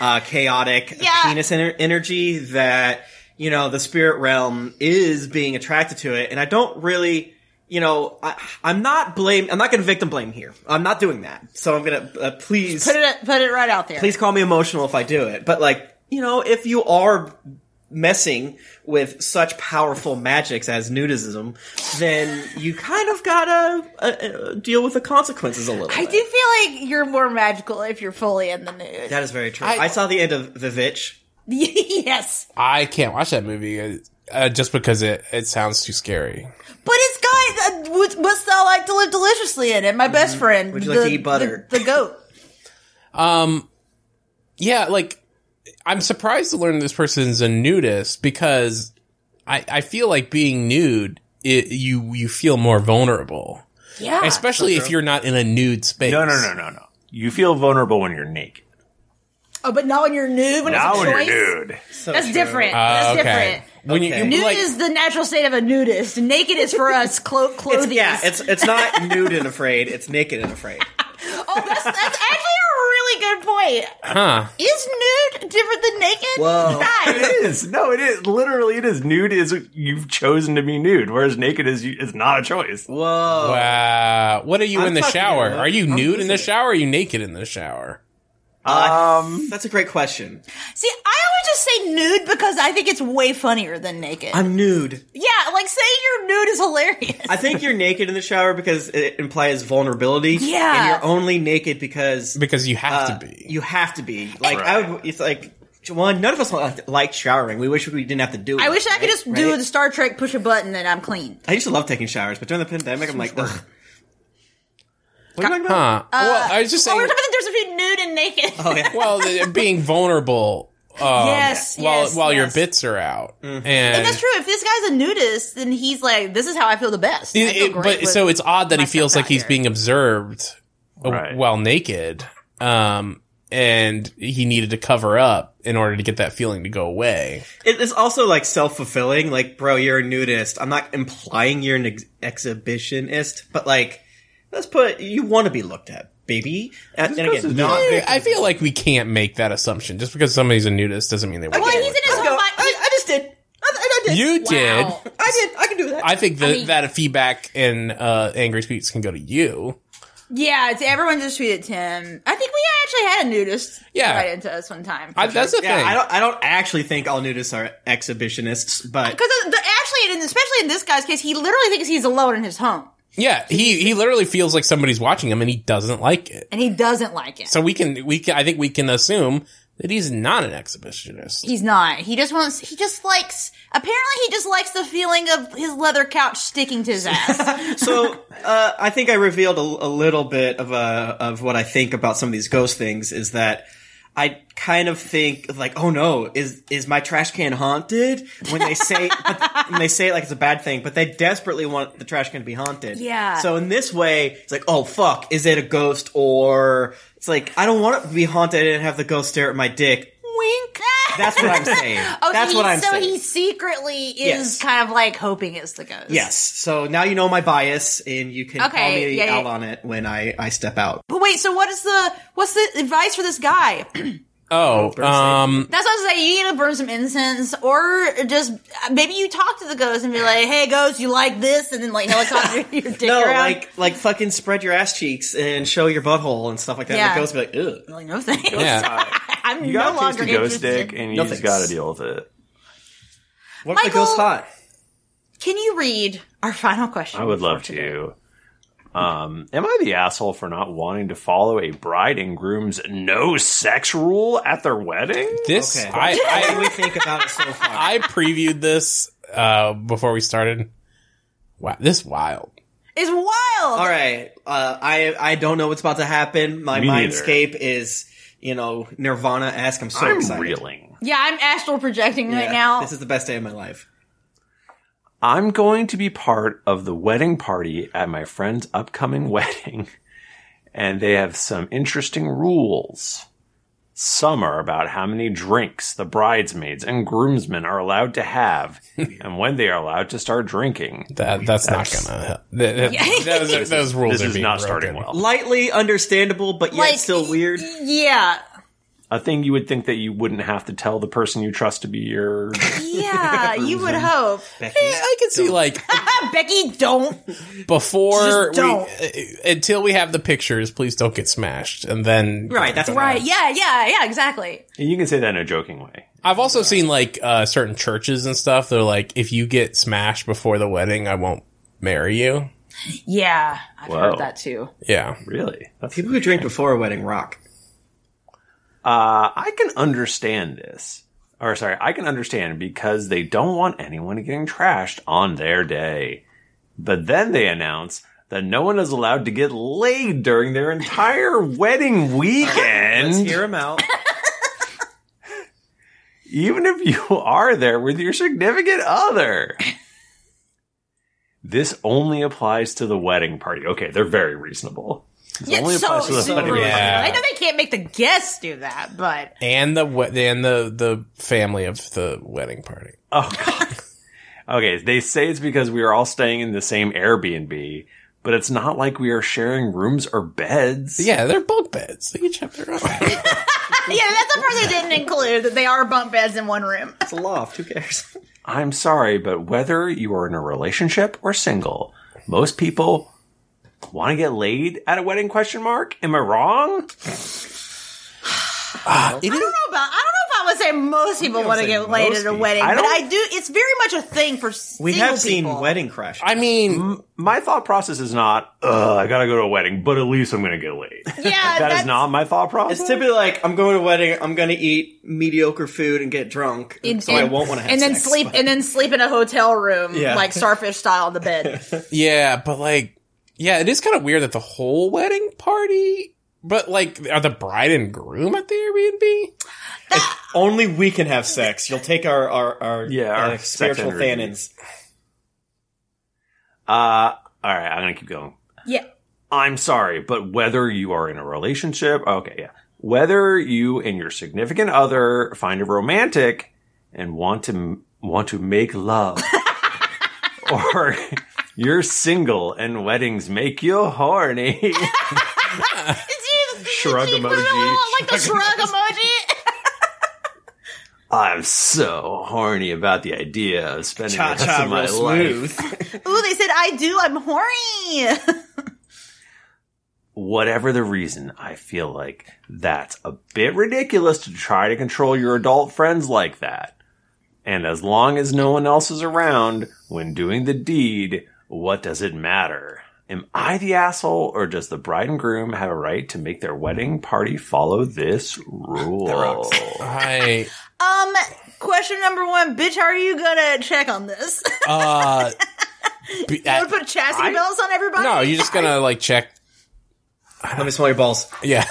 uh, chaotic
Yeah.
penis ener- energy that you know the spirit realm is being attracted to it, and I don't really you know, I, I'm not blame. I'm not going to victim blame here. I'm not doing that. So I'm going to uh, please
Put it put it right out there.
please call me emotional if I do it. But like, you know, if you are messing with such powerful magics as nudism, then you kind of gotta uh, uh, deal with the consequences a little.
I
bit.
do feel like you're more magical if you're fully in the nude.
That is very true.
I-
I, saw the end of Vivitch.
yes,
I can't watch that movie uh, uh, just because it, it sounds too scary.
but it's got uh, what- what's that like to live deliciously in it? My best friend,
Mm-hmm. Would you like
the-
to eat butter?
the, the goat.
Yeah, like I'm surprised to learn this person's a nudist because I I feel like being nude it, you you feel more vulnerable,
Yeah,
especially if you're not in a nude space.
No, no, no, no, no. You feel vulnerable when you're naked.
oh, but not when you're nude. When
Now
it's a
when you're
choice,
nude.
So
that's
true.
different.
Uh,
that's
okay.
different.
When you-
Okay.
you,
Nude
like,
is the natural state of a nudist. Naked is for us clo-
It's,
clothing.
yeah, it's it's not nude and afraid. It's naked and afraid.
oh, that's, that's actually a really good point.
huh?
Is nude different than naked?
Whoa.
Guys,
It is. No, it is. Literally, it is. Nude is you've chosen to be nude, whereas naked is is not a choice.
Whoa.
Wow. What are you
I'm
in the
fucking
shower?
nude.
Are you
I'm
nude in the
losing it.
shower? Or are you naked in the shower?
Um,
That's a great question.
see, I always just say nude because I think it's way funnier than naked.
I'm nude.
yeah, like saying you're nude is hilarious.
I think you're naked in the shower because it implies vulnerability.
Yeah.
And you're only naked because
Because you have
uh,
to be.
You have to be. Like
Right.
I would. It's like one. None of us like, like showering. We wish we didn't have to do it.
I wish I could
right?
just do
Right?
the Star Trek push a button and I'm clean.
I used to love taking showers, but during the pandemic, I'm like, ugh. What are you talking
huh?
about?
well, I was just
Oh,
saying.
we're talking about the difference between nude and naked.
Oh, yeah.
well, the- being vulnerable. Um,
Yes,
While
yes,
while your
yes.
bits are out,
Mm-hmm.
and
That's true. If this guy's a nudist, then he's like, this is how I feel the best. I
It-
feel
it-
great
but
with-
so it's odd that he
myself
feels like
out
he's
here.
being observed uh,
Right.
while naked, um, and he needed to cover up in order to get that feeling to go away.
It- It's also like self fulfilling. Like, bro, you're a nudist. I'm not implying you're an ex- exhibitionist, but like, let's put you want to be looked at, baby. And, and
goes
again,
to
not.
nude.
I, I feel like we can't make that assumption just because somebody's a nudist doesn't mean they were.
Well, he's in his
Let's
own
go.
mind.
I, I just did. I, I, I did.
you did.
Wow.
I did. I can do that.
I think that
mean-
that feedback and uh, angry tweets can go to you.
Yeah, it's everyone just tweeted Tim. I think we actually had a nudist
Yeah.
write into us one time.
I, that's the
yeah,
thing.
I don't. I don't actually think all nudists are exhibitionists, but
Because the, the- actually, and especially in this guy's case, he literally thinks he's alone in his home,
yeah, he he literally feels like somebody's watching him and he doesn't like it.
and he doesn't like it.
So we can we can, I think we can assume that he's not an exhibitionist.
he's not. He just wants. He just likes. Apparently, he just likes the feeling of his leather couch sticking to his ass.
so uh, I think I revealed a, a little bit of uh, of what I think about some of these ghost things is that I kind of think like, oh no, is is my trash can haunted? When they say but, when they say it like it's a bad thing, but they desperately want the trash can to be haunted.
Yeah.
So in this way, it's like, oh fuck, is it a ghost or it's like I don't want it to be haunted and have the ghost stare at my dick.
Wink.
That's what I'm saying.
Oh,
That's
he,
what I'm
so
saying.
he secretly is
Yes.
kind of like hoping it's the ghost.
Yes. So now you know my bias, and you can call
Okay,
me
yeah, yeah.
out on it when I, I step out.
But wait, so what is the what's the advice for this guy?
Oh,
safe.
um,
That's what I was saying. You need to burn some incense, or just maybe you talk to the ghost and be like, "Hey, ghost, you like this?" And then like helicopter your dick
No,
around.
like like fucking spread your ass cheeks and show your butthole and stuff like that.
Yeah.
And the ghost will be like, ugh.
Like, no thanks.
Yeah.
I'm
you
no
gotta
longer
taste the ghost
interested.
dick, and
No
you
thanks.
just gotta deal with it.
What if the
Michael-
ghost hot?
Can you read our final question?
I would love to. Um, am I the asshole for not wanting to follow a bride and groom's no sex rule at their wedding?
this
Okay. What do
I,
we think about it so far?
I I previewed this uh before we started. Wow, this wild.
It's wild.
All right. Uh, I I don't know what's about to happen. My
Me neither.
mindscape is you know Nirvana esque. I'm so
I'm
excited.
reeling.
Yeah, I'm astral projecting
Yeah,
right now.
This is the best day of my life.
I'm going to be part of the wedding party at my friend's upcoming wedding, and they have some interesting rules. Some are about how many drinks the bridesmaids and groomsmen are allowed to have and when they are allowed to start drinking.
That that's, not gonna. help. That, that-
Yeah.
those, are- those rules
This
are
is
being
not
broken.
starting well.
Lightly understandable, but yet
like
still weird.
Yeah.
a thing you would think that you wouldn't have to tell the person you trust to be your
Yeah, you would hope.
Becky.
Yeah, I can see like
Becky, don't. Just
before we,
don't.
uh, until we have the pictures, please don't get smashed, and then
Right, that's
Right. Yeah, yeah, yeah, exactly.
you can say that in a joking way
I've also seen like uh, certain churches and stuff. They're like, if you get smashed before the wedding, I won't marry you.
Yeah, I've
Wow.
heard that too.
Yeah,
really That's-
People who drink before a wedding rock.
uh, i can understand this or sorry i can understand because they don't want anyone getting trashed on their day but then they announce that no one is allowed to get laid during their entire wedding
Let's
weekend
hear him out.
even if you are there with your significant other. this only applies to the wedding party. Okay, they're very reasonable. This
Yeah, it's so
the
super.
wedding party.
Yeah.
I know they can't make the guests do that, but
and the we- and the the family of the wedding party.
Oh god. okay, they say it's because we are all staying in the same Airbnb, but it's not like we are sharing rooms or beds.
Yeah, they're bunk beds. They each have their own.
yeah, that's the part they didn't include that they are bunk beds in one room.
It's a loft. Who cares?
I'm sorry, but whether you are in a relationship or single, most people want to get laid at a wedding question mark? Am I wrong?
It
I
is-
don't know about. I don't know if I would say most people want to
say
get laid
most
at a
people.
wedding,
I
but
don't-
I do. It's very much a thing for
We
single
have seen
people.
wedding crash.
I mean,
my thought process is not, ugh, I gotta go to a wedding, but at least I'm gonna get laid.
Yeah,
that
that's,
is not my thought process.
It's typically like I'm going to a wedding. I'm going to eat mediocre food and get drunk,
and-
so I
and-
won't want to have
and then
sex,
sleep
but-
and then sleep in a hotel room
Yeah.
like starfish style in the bed.
yeah, but like, yeah, it is kind of weird that the whole wedding party. But like, are the bride and groom at the Airbnb?
Only we can have sex. You'll take our our, our
Yeah,
uh,
our sex
spiritual
energy.
thanins.
uh, all right, I'm gonna keep going.
yeah,
I'm sorry, but whether you are in a relationship, okay, yeah, whether you and your significant other find a romantic and want to want to make love, or you're single and weddings make you horny.
it's you.
Shrug
she put a
emoji.
little, like the
Shrug
shrug emoji.
I'm so horny about the idea of spending
Cha
the rest
cha,
of my
real
life
smooth.
Ooh, they said I do. I'm horny.
whatever the reason, I feel like that's a bit ridiculous to try to control your adult friends like that. And as long as no one else is around when doing the deed, what does it matter? Am I the asshole, or does the bride and groom have a right to make their wedding party follow this rule?
I
um, question number one, bitch, how are you gonna check on this?
uh, be- uh,
you would put chastity
I-
belts on everybody.
no, you're just gonna like check.
Let me smell your balls.
Yeah,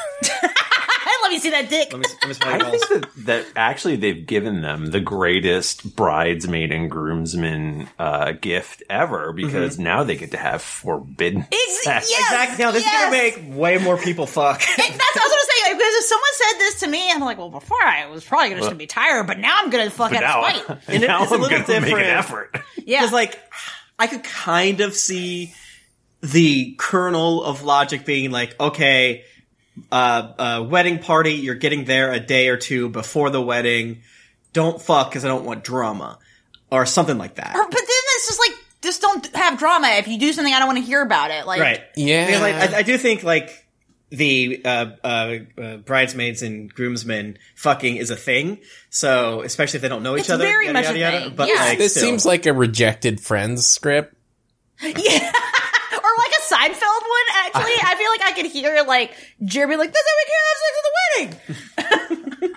let me see that dick.
Let me, let me smell your
I
balls.
think that, that actually they've given them the greatest bridesmaid and groomsman uh, gift ever because now they get to have forbidden
Ex-
sex.
yes,
Exactly. No, this
yes.
is gonna make way more people fuck.
That's what I was gonna say because if someone said this to me, I'm like, well, before I was probably just gonna be tired, but now I'm gonna fuck
But now,
out of spite.
and now
it's a
I'm
little
going to make an
different.
effort.
Yeah,
Because like I could kind of see the kernel of logic being like, okay, uh, uh, wedding party, you're getting there a day or two before the wedding. Don't fuck because I don't want drama or something like that.
Or- but then it's just like just don't have drama. If you do something, I don't want to hear about it. Like,
Right.
Yeah.
Because, like, I, I do think like the uh, uh, uh, bridesmaids and groomsmen fucking is a thing. So especially if they don't know each
It's
other,
very
yada,
much
yada,
a
yada.
thing.
But
Yeah.
like,
this
still.
seems like a rejected Friends script.
yeah. Or like a Seinfeld one, actually. I feel like I could hear like Jeremy like, "Does everyone care have sex at the wedding?"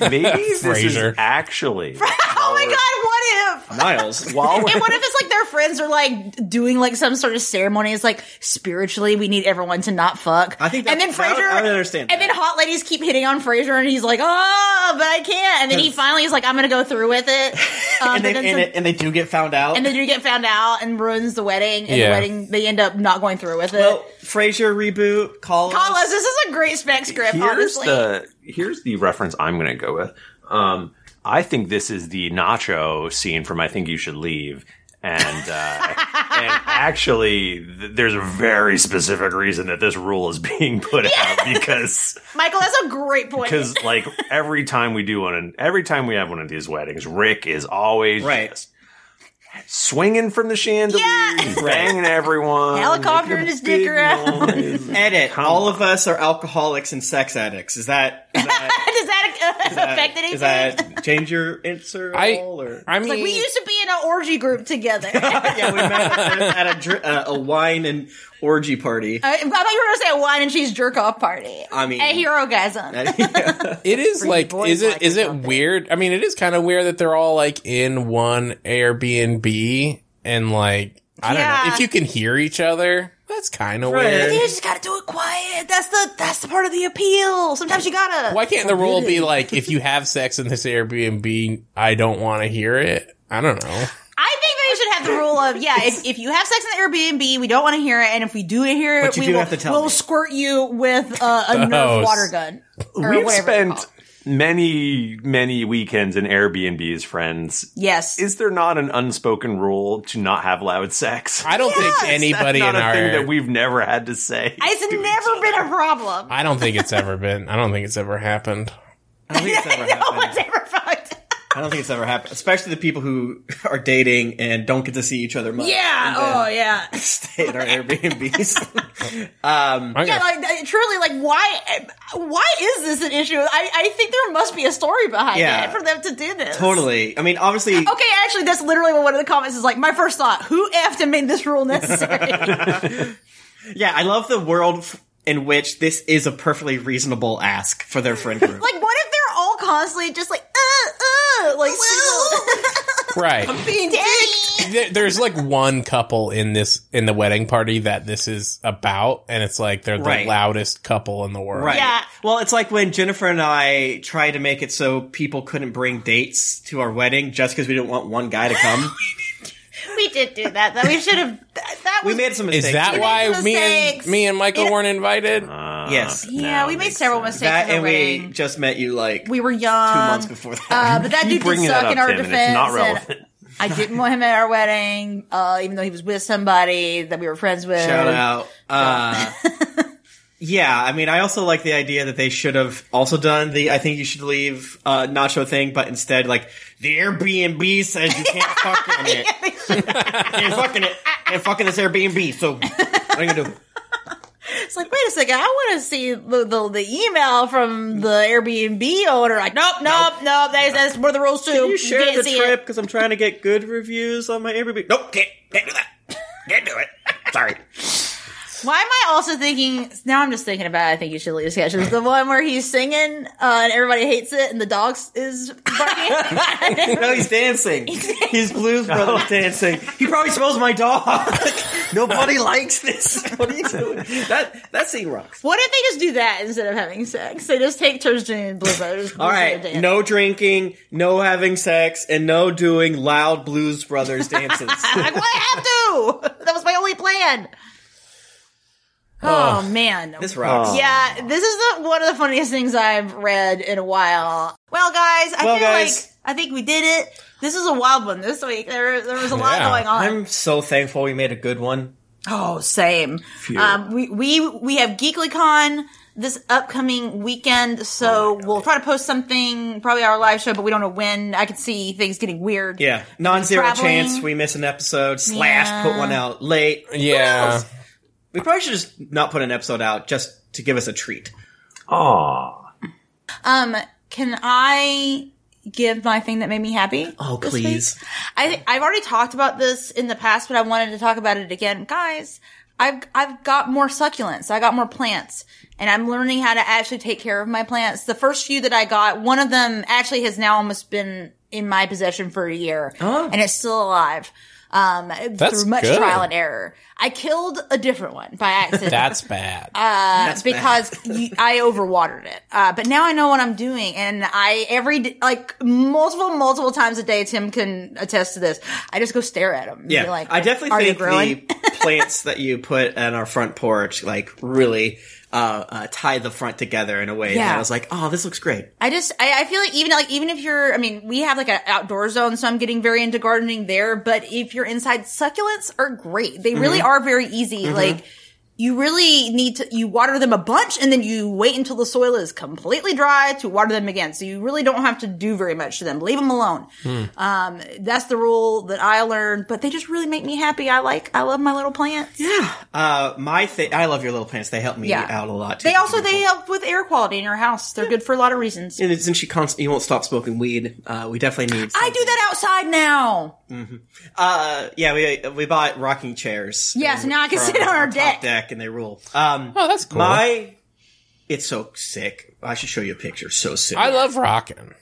Maybe this
Frasier.
is actually.
Oh my god, what if?
Miles.
While
And
we're,
what if it's like their friends are like doing like some sort of ceremony? It's like spiritually, we need everyone to not fuck.
I think that-
and then
that-
Fraser,
I would understand
And
that.
then hot ladies keep hitting on Fraser, and he's like, "Oh, but I can't." And then he finally is like, "I'm gonna go through with it." Um, but
and, they,
then
and,
some-
it- and they do get found out.
and they do get found out and ruins the wedding. And
Yeah.
the wedding, they end up not going through with it.
well, Frasier reboot. Call,
Call us. This is a great spec script,
here's
honestly.
the here's the reference I'm going to go with. Um, I think this is the Nacho scene from I Think You Should Leave, And, uh, and actually, th- there's a very specific reason that this rule is being put out because
Michael, that's a great point.
because like every time we do one, and every time we have one of these weddings, Rick is always
Right.
just swinging from the chandelier,
Yeah.
banging everyone,
Helicoptering
making a
his dick
big
around.
noise.
Edit. All of us are alcoholics and sex addicts. Is that is that,
Does that uh, affect anything?
is that change your answer at
I-
all? Or?
I mean,
like we used to be in an orgy group together. I,
yeah, we met at a, dr- uh, a wine and orgy party.
I thought you were going to say a wine and cheese jerk off party.
I mean-
a hero guys on.
it is like,
boys
is
like
it is
or
it
something.
weird? I mean, it is kind of weird that they're all like in one Airbnb and like I don't
Yeah.
know if you can hear each other. That's kind of
Right.
weird.
you just got to do it quiet. That's the that's the part of the appeal. Sometimes you gotta.
Why can't the rule be like if you have sex in this Airbnb, I don't want to hear it? I don't know.
I think that you should have the rule of yeah. If, if you have sex in the Airbnb, we don't want to hear it, and if we do hear it,
But you
we
do
will,
have to tell
we'll
me.
squirt you with uh, a Nerf
hose.
water gun or whatever.
We've
they're
spent
called.
many, many weekends in Airbnbs, friends.
yes.
Is there not an unspoken rule to not have loud sex?
I don't
Yes!
think anybody
That's not
in
a
our
thing that we've never had to say.
it's never been a problem.
I don't think it's ever been. I don't think it's ever happened.
I don't think it's ever
no one's
happened.
ever fucked.
I don't think it's ever happened. Especially the people who are dating and don't get to see each other much.
Yeah.
and then
Oh, yeah.
Stay at our Airbnbs.
I'm
Yeah,
gonna-
like uh, truly, like why? Why is this an issue? I, I think there must be a story behind
Yeah.
it for them to do this.
totally. I mean, obviously,
Okay, actually, that's literally what one of the comments is like. My first thought: Who effed and made this rule necessary?
yeah. I love the world f- in which this is a perfectly reasonable ask for their friend group.
Like, what if they're all constantly just like, uh, uh, like,
right.
being dicked?
There- There's like one couple in this in the wedding party that this is about, and it's like they're the
Right.
loudest couple in the world.
Right.
Yeah.
Well, it's like when Jennifer and I tried to make it so people couldn't bring dates to our wedding just because we didn't want one guy to come.
We did do that. That we should have. That, that
we
was,
made some
Is
mistakes.
that
made
why me and
mistakes.
me and Michael
It-
weren't invited?
Uh,
Yes.
Yeah,
no,
we made
makes
several
sense.
mistakes.
that
in
and
the
we
ring.
just met you like
we were
two
young.
months before that.
Uh, but that dude did
Bringing that
suck
up,
in our
Tim, and
defense.
it's not
and
relevant.
I didn't want him at our wedding, uh, even though he was with somebody that we were friends with.
Shout out. Uh, yeah, I mean, I also like the idea that they should have also done the I think you should leave uh, Nacho thing, but instead, like, the Airbnb says you can't fuck on it. You're fucking it. And fucking this Airbnb, so what are you gonna do?
It's like, wait a second, I want to see the, the the email from the Airbnb owner. Like, nope, nope, nope. That's, that's one of the rules too.
Can you share
can't
the
see
trip because I'm trying to get good reviews on my Airbnb. Nope, can't, can't do that. Can't do it. Sorry.
Why am I also thinking? Now I'm just thinking about. I think you should leave sketch. Is the one where he's singing uh, and everybody hates it, and the dogs is barking.
No, he's dancing. He's Blues Brothers dancing. He probably smells my dog. Nobody likes this. What are you doing? That that scene rocks.
what if they just do that instead of having sex? They just take turns doing Blue Brothers.
All right, no drinking, no having sex, and no doing loud Blues Brothers dances.
Like, well, I have to. That was my only plan. Oh, man,
this oh. rocks.
Yeah, this is the, one of the funniest things I've read in a while. Well, guys, I
Well,
feel
guys.
like I think we did it. This is a wild one this week. There, there was a lot
Yeah.
going on.
I'm so thankful we made a good one.
oh, same. Um, we we we have GeeklyCon this upcoming weekend,
Oh
so we'll try to post something probably our live show, but we don't know when. I could see things getting weird.
Yeah, non-zero
Traveling.
chance we miss an episode. Slash,
Yeah.
put one out late.
Yeah.
We probably should just not put an episode out just to give us a treat.
Aw.
Um, can I give my thing that made me happy?
Oh,
this
please.
week? I th- I've already talked about this in the past, but I wanted to talk about it again, guys. I've I've got more succulents. I got more plants, and I'm learning how to actually take care of my plants. The first few that I got, one of them actually has now almost been in my possession for a year, and it's still alive. Um,
Oh. That's
through much
good.
trial and error, I killed a different one by accident
That's bad.
Uh, because you, I overwatered it. Uh, but now I know what I'm doing, and I every d- like multiple multiple times a day. Tim can attest to this. I just go stare at them.
Yeah,
be like
I definitely
"Are you
think
growing?"
the plants that you put on our front porch like really uh, uh, tie the front together in a way that
Yeah.
I was like, oh, this looks great.
I just I, I feel like even like even if you're I mean we have like an outdoor zone so I'm getting very into gardening there but if you're inside succulents are great they really are very easy like you really need to you water them a bunch and then you wait until the soil is completely dry to water them again so you really don't have to do very much to them leave them alone um, that's the rule that I learned but they just really make me happy I like I love my little plants
Yeah. Uh, my thing, I love your little plants. They help me
Yeah.
out a lot. Too.
they also they help with air quality in your house they're good for a lot of reasons
And since she constantly won't stop smoking weed, uh, we definitely need.
I do that outside now.
Uh, yeah, we we bought rocking chairs.
Yeah, so now I can
for
sit on our
top
deck.
deck, and they rule. Um,
Oh, that's cool.
my, it's so sick. I should show you a picture. So sick.
I love rocking.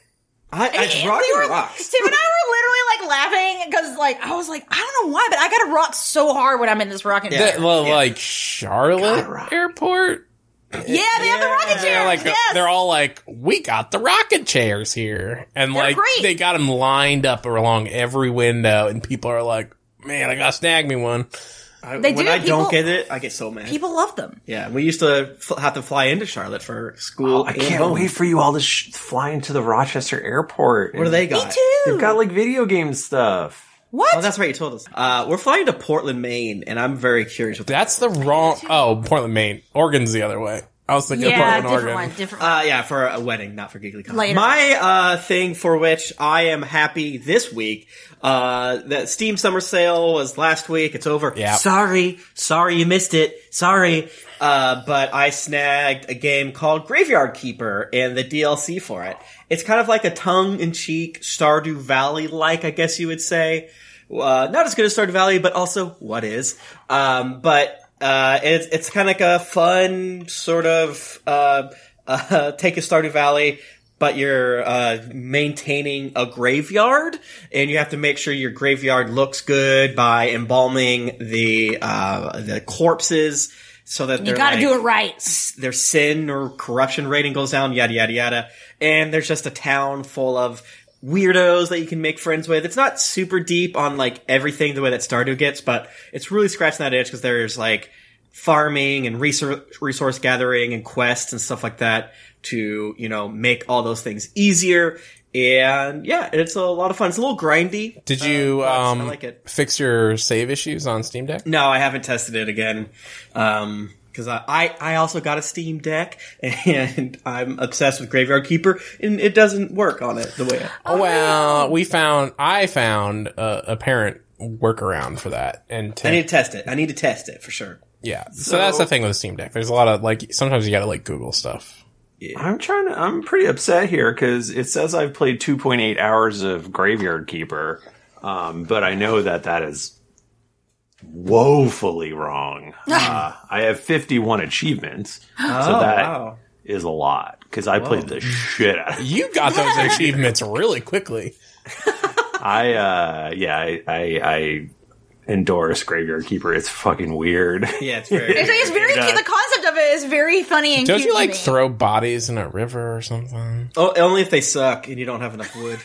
I, I,
And
rock
we were,
rocks.
Tim and I were literally like laughing because like I was like I don't know why, but I gotta rock so hard when I'm in this rocking chair.
That,
Yeah,
well,
yeah.
Like Charlotte
rock.
Airport.
they have the rocking
They're
chairs.
like uh,
yes.
they're all like, we got the rocket chairs here, and like
great.
they got them lined up along every window, and people are like, man, I gotta snag me one.
I,
They
when
do,
I
people-
don't get it, I get so mad.
People love them.
yeah, we used to f- have to fly into Charlotte for school.
Oh, I
and
can't
home.
wait for you all to sh- fly into the Rochester airport.
What do they got?
Me too.
They've got like video game stuff.
what?
Oh, that's right. You told us. Uh, we're flying to Portland, Maine, and I'm very curious. What
That's the wrong. Oh, Portland, Maine. Oregon's the other way. I was thinking
yeah,
of
different
Portland,
one.
Oregon.
Different. one.
Uh, yeah, for a wedding, not for GeeklyCon.
Later.
My uh, thing for which I am happy this week, uh, that Steam Summer Sale was last week. It's over.
Yeah.
Sorry, sorry you missed it. Sorry. Uh, but I snagged a game called Graveyard Keeper and the DLC for it. It's kind of like a tongue-in-cheek Stardew Valley-like, I guess you would say. Uh, not as good as Stardew Valley, but also what is. Um, but uh, it's it's kind of like a fun sort of uh, uh, take a Stardew Valley, but you're uh, maintaining a graveyard, and you have to make sure your graveyard looks good by embalming the uh, the corpses so that
you gotta do it right.
s- their sin or corruption rating goes down, yada yada yada. And there's just a town full of weirdos that you can make friends with. It's not super deep on like everything the way that Stardew gets, but it's really scratching that itch because there's like farming and resource resource gathering and quests and stuff like that to you know make all those things easier. And yeah, it's a lot of fun. It's a little grindy.
Did you
lots. Uh, I
um,
like it.
fix your save issues on Steam Deck?
No, I haven't tested it again. Um, because I, I, I also got a Steam Deck and I'm obsessed with Graveyard Keeper and it doesn't work on it the way.
Oh,
I,
Oh, well, we found I found a apparent workaround for that, and
I
Tim-
need to test it. I need to test it for sure.
yeah. so that's the thing with the Steam Deck. There's a lot of like sometimes you gotta like Google stuff.
I'm trying to. I'm pretty upset here because it says I've played 2.8 hours of Graveyard Keeper, um, but I know that that is woefully wrong. uh, I have 51 achievements, so that is
Oh, wow.
a lot because I played the shit out of
You got those achievements really quickly.
I uh yeah, I I, I endorse Graveyard Keeper. It's fucking weird.
Yeah, it's very.
It's, like, it's very cute. The concept of it is very funny and
Don't
cute.
you
to
like
me.
throw bodies in a river or something?
oh, only if they suck and you don't have enough wood.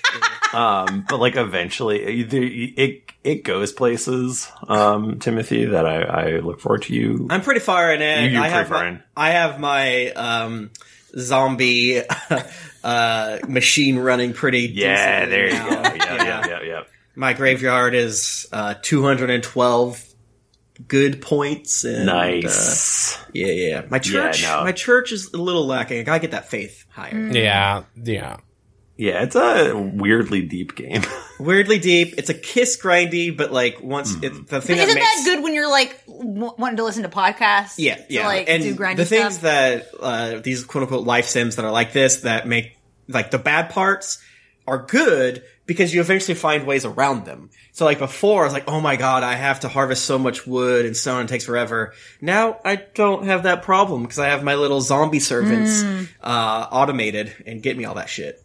Um, but like eventually it it, it goes places. Um, Timothy, that I, I look forward to you.
I'm pretty far in it.
You- you're
I have
pretty far
my,
in.
I have my um, zombie uh, machine running pretty.
yeah,
decently
there you
now.
go. Yeah, yeah, yeah, yeah.
My graveyard is uh, 212 good points. And, uh,
Nice.
yeah, yeah. My church,
no.
my church is a little lacking. I gotta get that faith higher.
Mm-hmm.
Yeah, yeah.
Yeah, it's a weirdly deep game.
Weirdly deep. It's a kiss grindy, but like once
Hmm.
it, the thing
But isn't
that makes
that good when you're like w- wanting to listen to podcasts?
Yeah,
to,
yeah.
Like
and
do grindy
the things
stuff?
that uh, these quote unquote life sims that are like this that make like the bad parts are good because you eventually find ways around them. So like before, I was like, oh my god, I have to harvest so much wood and stone and it takes forever. Now I don't have that problem because I have my little zombie servants
Hmm.
uh, automated and get me all that shit.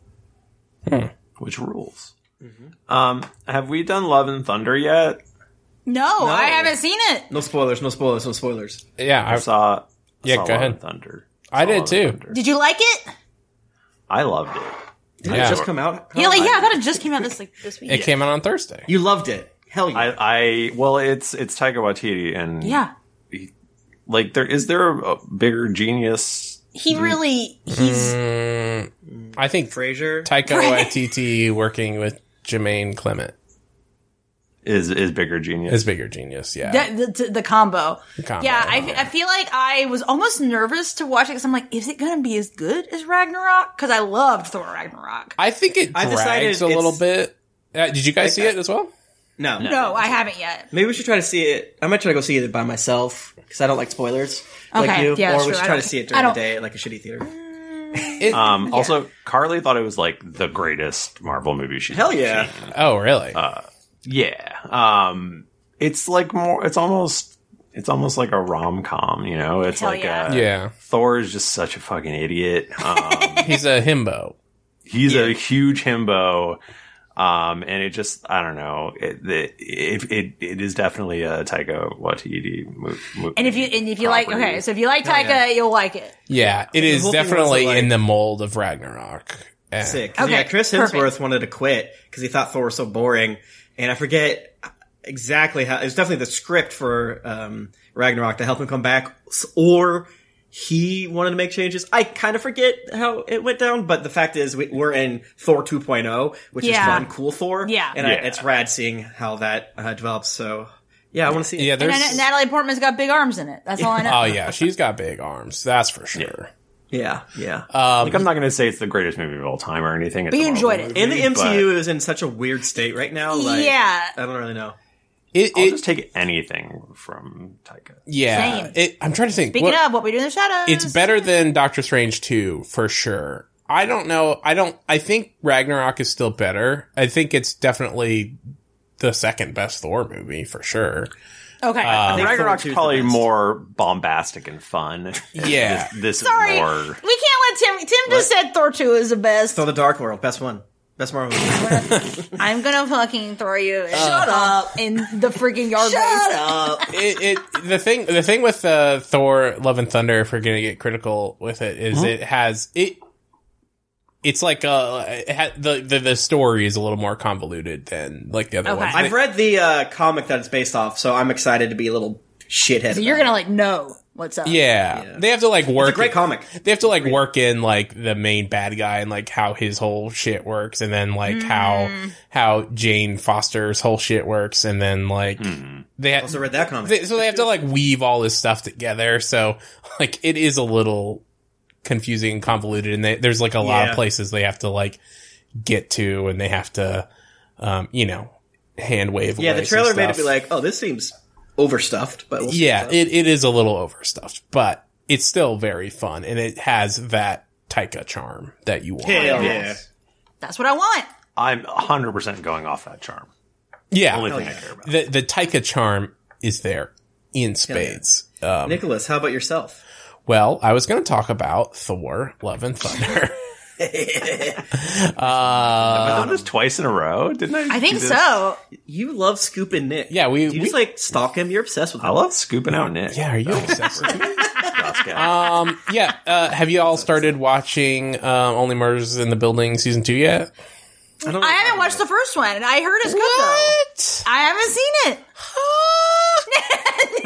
Which rules.
Mm-hmm.
Um, have we done Love and Thunder yet?
no, I haven't seen it.
No spoilers, no spoilers, no spoilers.
Yeah, I,
I saw, I
Yeah,
saw
go
Love
ahead.
and Thunder.
I
saw
did
Love and
too.
Thunder.
Did you like it?
I loved it.
Did
Yeah.
it just come out?
Yeah, like, yeah, I thought it just came out this like this week.
it came out on Thursday.
You loved it. Hell yeah.
I, I well, it's it's Taika Waititi, and
Yeah.
like there is there a bigger genius?
He really he's
Mm, I think
Frasier.
Taika
Right.
Waititi working with Jermaine Clement
Is is bigger genius?
is bigger genius. Yeah,
that, the, the, the combo.
combo,
Yeah, I, fe- I feel like I was almost nervous to watch it because I'm like, is it going to be as good as Ragnarok? Because I loved Thor Ragnarok.
I think it
I decided
drags a little
it's-
bit. Uh, did you guys see it as well?
no, no.
No, I haven't yet.
Maybe we should try to see it. I might try to go see it by myself because I don't like spoilers like
Okay,
you.
yeah,
or
that's
we
true.
should
I
try to
don't-
see it
I
during the
don't-
day at like a shitty theater.
It-
Um, Also, Carly thought it was like the greatest Marvel movie she's
Hell
ever
yeah.
seen.
oh, really?
Yeah. Um, it's like more. It's almost. It's almost like a rom com. You know. It's
Hell
like
yeah.
uh
yeah,
Thor is just such a fucking idiot. Um,
he's a himbo.
he's a huge himbo. Um, and it just, I don't know. It, it, it, it, it is definitely a Taika Waititi movie.
And if you and if you like,
Property.
okay, so if you like Taika, you'll like it.
Yeah, it is
whole thing was
definitely
like-
in the mold of Ragnarok. Eh.
Sick. 'Cause,
Okay,
yeah, Chris Hemsworth
perfect.
wanted to quit because he thought Thor was so boring, and I forget exactly how. It was definitely the script for um, Ragnarok that helped him come back, s- or he wanted to make changes. I kind of forget how it went down, but the fact is, we, we're in Thor 2.0, which
Yeah.
is fun, cool Thor.
Yeah.
and I,
Yeah.
it's rad seeing how that uh, develops. So, yeah, I want to see. it.
Yeah,
And
there's.
I know Natalie Portman's got big arms in it. That's all I know.
oh yeah, she's got big arms. That's for sure.
yeah, yeah.
Um,
like, I'm not going to say it's the greatest movie of all time or anything. But
you enjoyed it.
and the MCU is in such a weird state right now. Oh, Like,
Yeah.
I don't really know.
It,
I'll
it-
just take anything from Taika.
yeah.
Same.
It, I'm trying to think.
Speaking
what-
of what we do in the shadows,
it's better than Doctor Strange 2 for sure. I don't know. I don't I think Ragnarok is still better. I think it's definitely the second best Thor movie for sure.
Okay,
Uh,
think
Ragnarok's
Thor 2 is the
probably
best.
more bombastic and fun.
Yeah.
this, this
sorry,
is
we
more.
can't let Tim. Tim just said Thor two is the best.
Thor: The Dark World, best one, best Marvel movie.
I'm gonna fucking throw you. Shut up in the freaking yard waste.
It, it the thing the thing with uh, Thor Love and Thunder if we're going to get critical with it
Mm-hmm.
is it has it it's like uh it ha- the, the the story is a little more convoluted than like the other
Okay.
ones.
I've read the uh, comic that it's based off, so I'm excited to be a little shithead.
So you're gonna like know what's up.
yeah. They have to like work
It's a great
it-
comic.
they have to like work in like the main bad guy and like how his whole shit works and then like how how Jane Foster's whole shit works and then like they have
Hmm. Also read that comic.
they, so they have to like weave all this stuff together so like it is a little confusing and convoluted and they, there's like a lot
Yeah.
of places they have to like get to and they have to um you know hand wave
yeah,
away
the
some
trailer made it
stuff.
be like, oh, this seems overstuffed, but we'll see
Yeah,
what's up.
it, it is a little overstuffed, but it's still very fun and it has that Taika charm that you want.
Hell yeah.
Yes. That's what I want.
I'm 100% going off that charm.
Yeah.
Only thing I care about.
The the Taika charm is there in spades. Um,
Nicholas, how about yourself?
well, I was going to talk about Thor: Love and Thunder.
I've done this twice in a row, didn't I?
I think
do this?
so.
You love scooping Nick.
Yeah, we-
Do you just
we-
like stalk him. You're obsessed with
I
him.
love scooping out Nick.
yeah, are you obsessed? with it?
Yeah.
um, yeah. Uh, have you all started watching um, Only Murders in the Building season two yet?
I, don't know
I
if
haven't watched the first one, and I heard it's good though.
What?
I haven't seen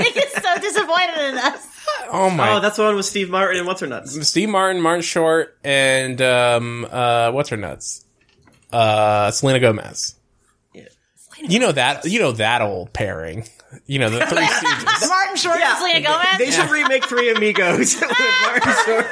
it. Nick is so disappointed in us.
Oh my
Oh, that's the one with Steve Martin and what's her nuts?
Steve Martin, Martin Short, and um, uh, what's her nuts? Uh, Selena Gomez. Mm-hmm.
Yeah.
You know that. You know that old pairing. You know the three Stooges.
Martin Short and Selena Gomez.
They should remake Three Amigos with Martin Short.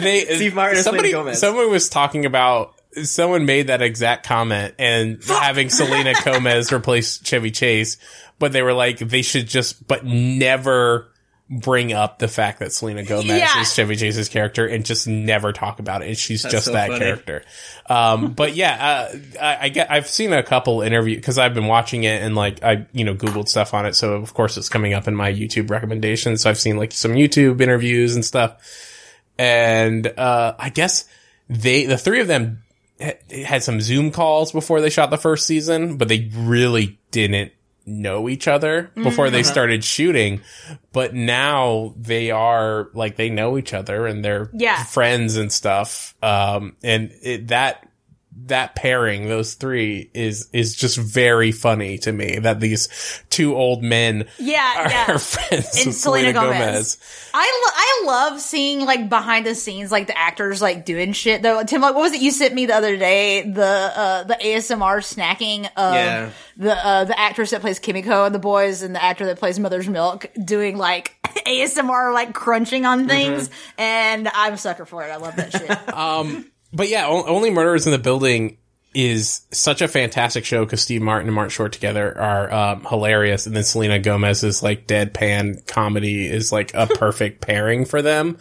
They,
Steve Martin and Selena
somebody,
Gomez.
Someone was talking about. Someone made that exact comment and having Selena Gomez replace Chevy Chase, but they were like they should just, but never bring up the fact that Selena Gomez
Yeah.
is Chevy Chase's character and just never talk about it. And she's just
so
that
funny.
character. Um, but yeah, uh, I, I get, I've seen a couple interview because I've been watching it and like I, you know, Googled stuff on it. So of course it's coming up in my YouTube recommendations. So I've seen like some YouTube interviews and stuff and uh, I guess they the three of them ha- had some Zoom calls before they shot the first season, but they really didn't know each other before they started shooting. But now they are like they know each other and they're
Yeah.
friends and stuff. Um, and it, that that pairing, those three, is is just very funny to me. That these two old men
Yeah,
are
yeah.
friends
And Selena
with Selena,
Gomez.
Gomez.
I, lo- I love seeing like behind the scenes, like the actors like doing shit though. Tim, like what was it you sent me the other day? The uh, the ASMR snacking of
Yeah.
the uh, the actress that plays Kimiko and the boys, and the actor that plays Mother's Milk doing like ASMR like crunching on things,
Mm-hmm.
and I'm a sucker for it. I love that shit.
But yeah, O- Only Murders in the Building is such a fantastic show because Steve Martin and Martin Short together are um, hilarious, and then Selena Gomez's like deadpan comedy is like a perfect pairing for them.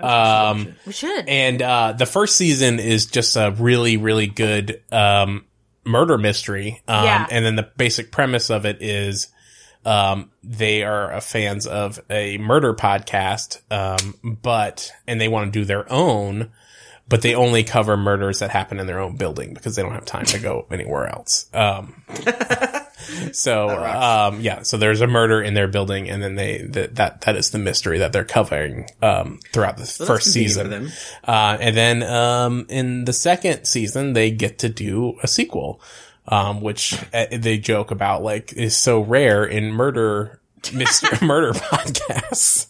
Um,
we should.
and uh, the first season is just a really, really good um, murder mystery. Um,
Yeah.
And then the basic premise of it is um, they are uh, fans of a murder podcast, um, but and they want to do their own, but they only cover murders that happen in their own building because they don't have time to go anywhere else. Um, so um, yeah, so there's a murder in their building, and then they th- that that is the mystery that they're covering um, throughout the first
convenient
season.
for them.
Uh, and then um, in the second season, they get to do a sequel, um, which uh, they joke about like is so rare in murder. Mr. Murder podcasts.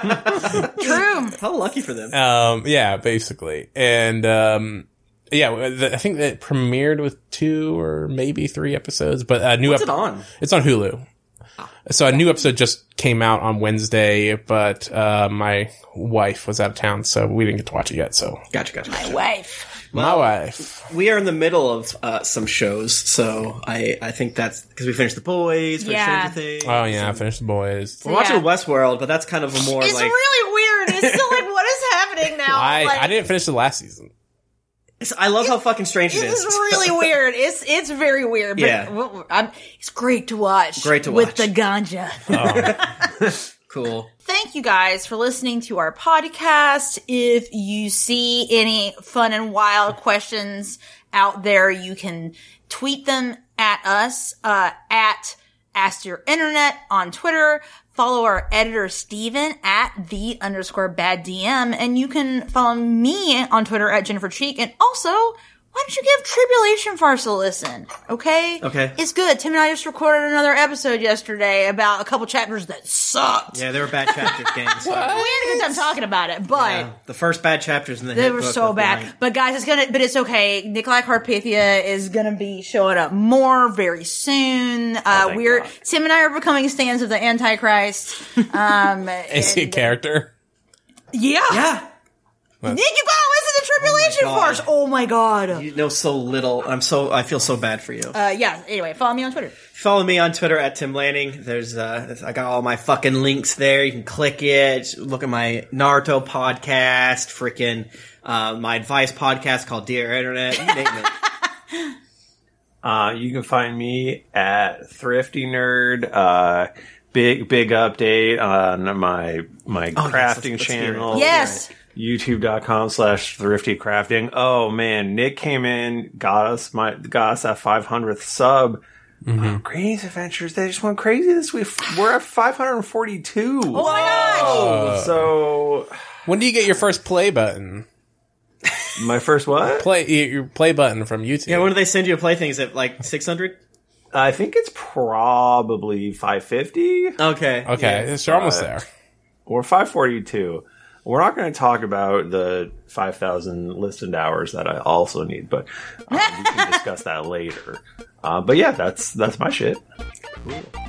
True.
How lucky for them.
Um, yeah, basically. And, um, yeah, the, I think that premiered with two or maybe three episodes, but a new
What's it
ep-
on? Ah,
It's on Hulu. So a new episode just came out on Wednesday, but, uh, my wife was out of town, so we didn't get to watch it yet. So
Gotcha, gotcha. gotcha.
Wife.
my wife.
We are in the middle of uh, some shows, so I, I think that's because we finished The Boys, finished
Yeah.
Stranger Things.
Oh yeah, I finished the boys.
We're watching
Yeah.
Westworld, but that's kind of a more
It's
like
really weird. It's still like what is happening now?
I,
like,
I didn't finish the last season.
It's- I love how fucking strange it
This
is.
is really weird. It's it's very weird, but
Yeah.
w- I'm, it's great to watch.
Great to
with
watch.
the ganja.
cool.
Thank you guys for listening to our podcast. If you see any fun and wild questions out there, you can tweet them at us uh, at Ask Your Internet on Twitter. Follow our editor Steven at the underscore bad DM, and you can follow me on Twitter at Jennifer Cheek. And also, why don't you give Tribulation Farce a listen? Okay,
Okay.
it's good. Tim and I just recorded another episode yesterday about a couple chapters that sucked.
Yeah, they were bad chapters, games.
We had a good time talking about it, but
The first bad chapters in the
they
hit
were
book
so
of
bad.
mine.
But guys, it's gonna, but it's okay. Nikolai Carpathia is gonna be showing up more very soon. Uh,
thank
we're
God.
Tim and I are becoming stands of the Antichrist. Um,
Is he a
and-
character?
Yeah,
Yeah,
Nick, you gotta listen to Tribulation
God.
Force. Oh my god.
you know so little. I'm so I feel so bad for you.
Uh, yeah. Anyway, follow me on Twitter.
Follow me on Twitter at Tim Lanning. There's uh, I got all my fucking links there. You can click it. Look at my Naruto podcast, freaking uh, my advice podcast called Dear Internet. You name it.
Uh, you can find me at Thrifty Nerd. Uh, big big update on my my
Oh, yes, let's-
crafting
let's hear it.
channel.
Yes.
youtube.com slash thrifty crafting oh man nick came in got us my got us at 500th sub Wow, Greatest adventures they just went crazy this week we're at 542
Oh my gosh.
Uh, so
When do you get your first play button?
my first what
Play y- your play button from YouTube.
Yeah, when do they send you a playthings at like 600?
i think it's probably 550
Okay.
okay, so you're almost
Uh,
there.
or 542 we're not going to talk about the 5000 listened hours that i also need but um, we can discuss that later uh, but yeah that's that's my shit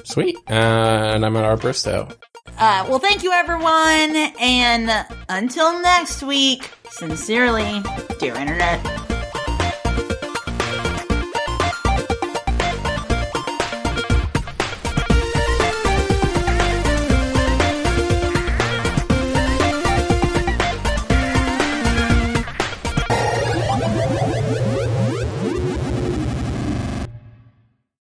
Sweet. Uh, and I'm at our Bristow.
Uh, well, thank you everyone, and until next week. Sincerely, dear Internet.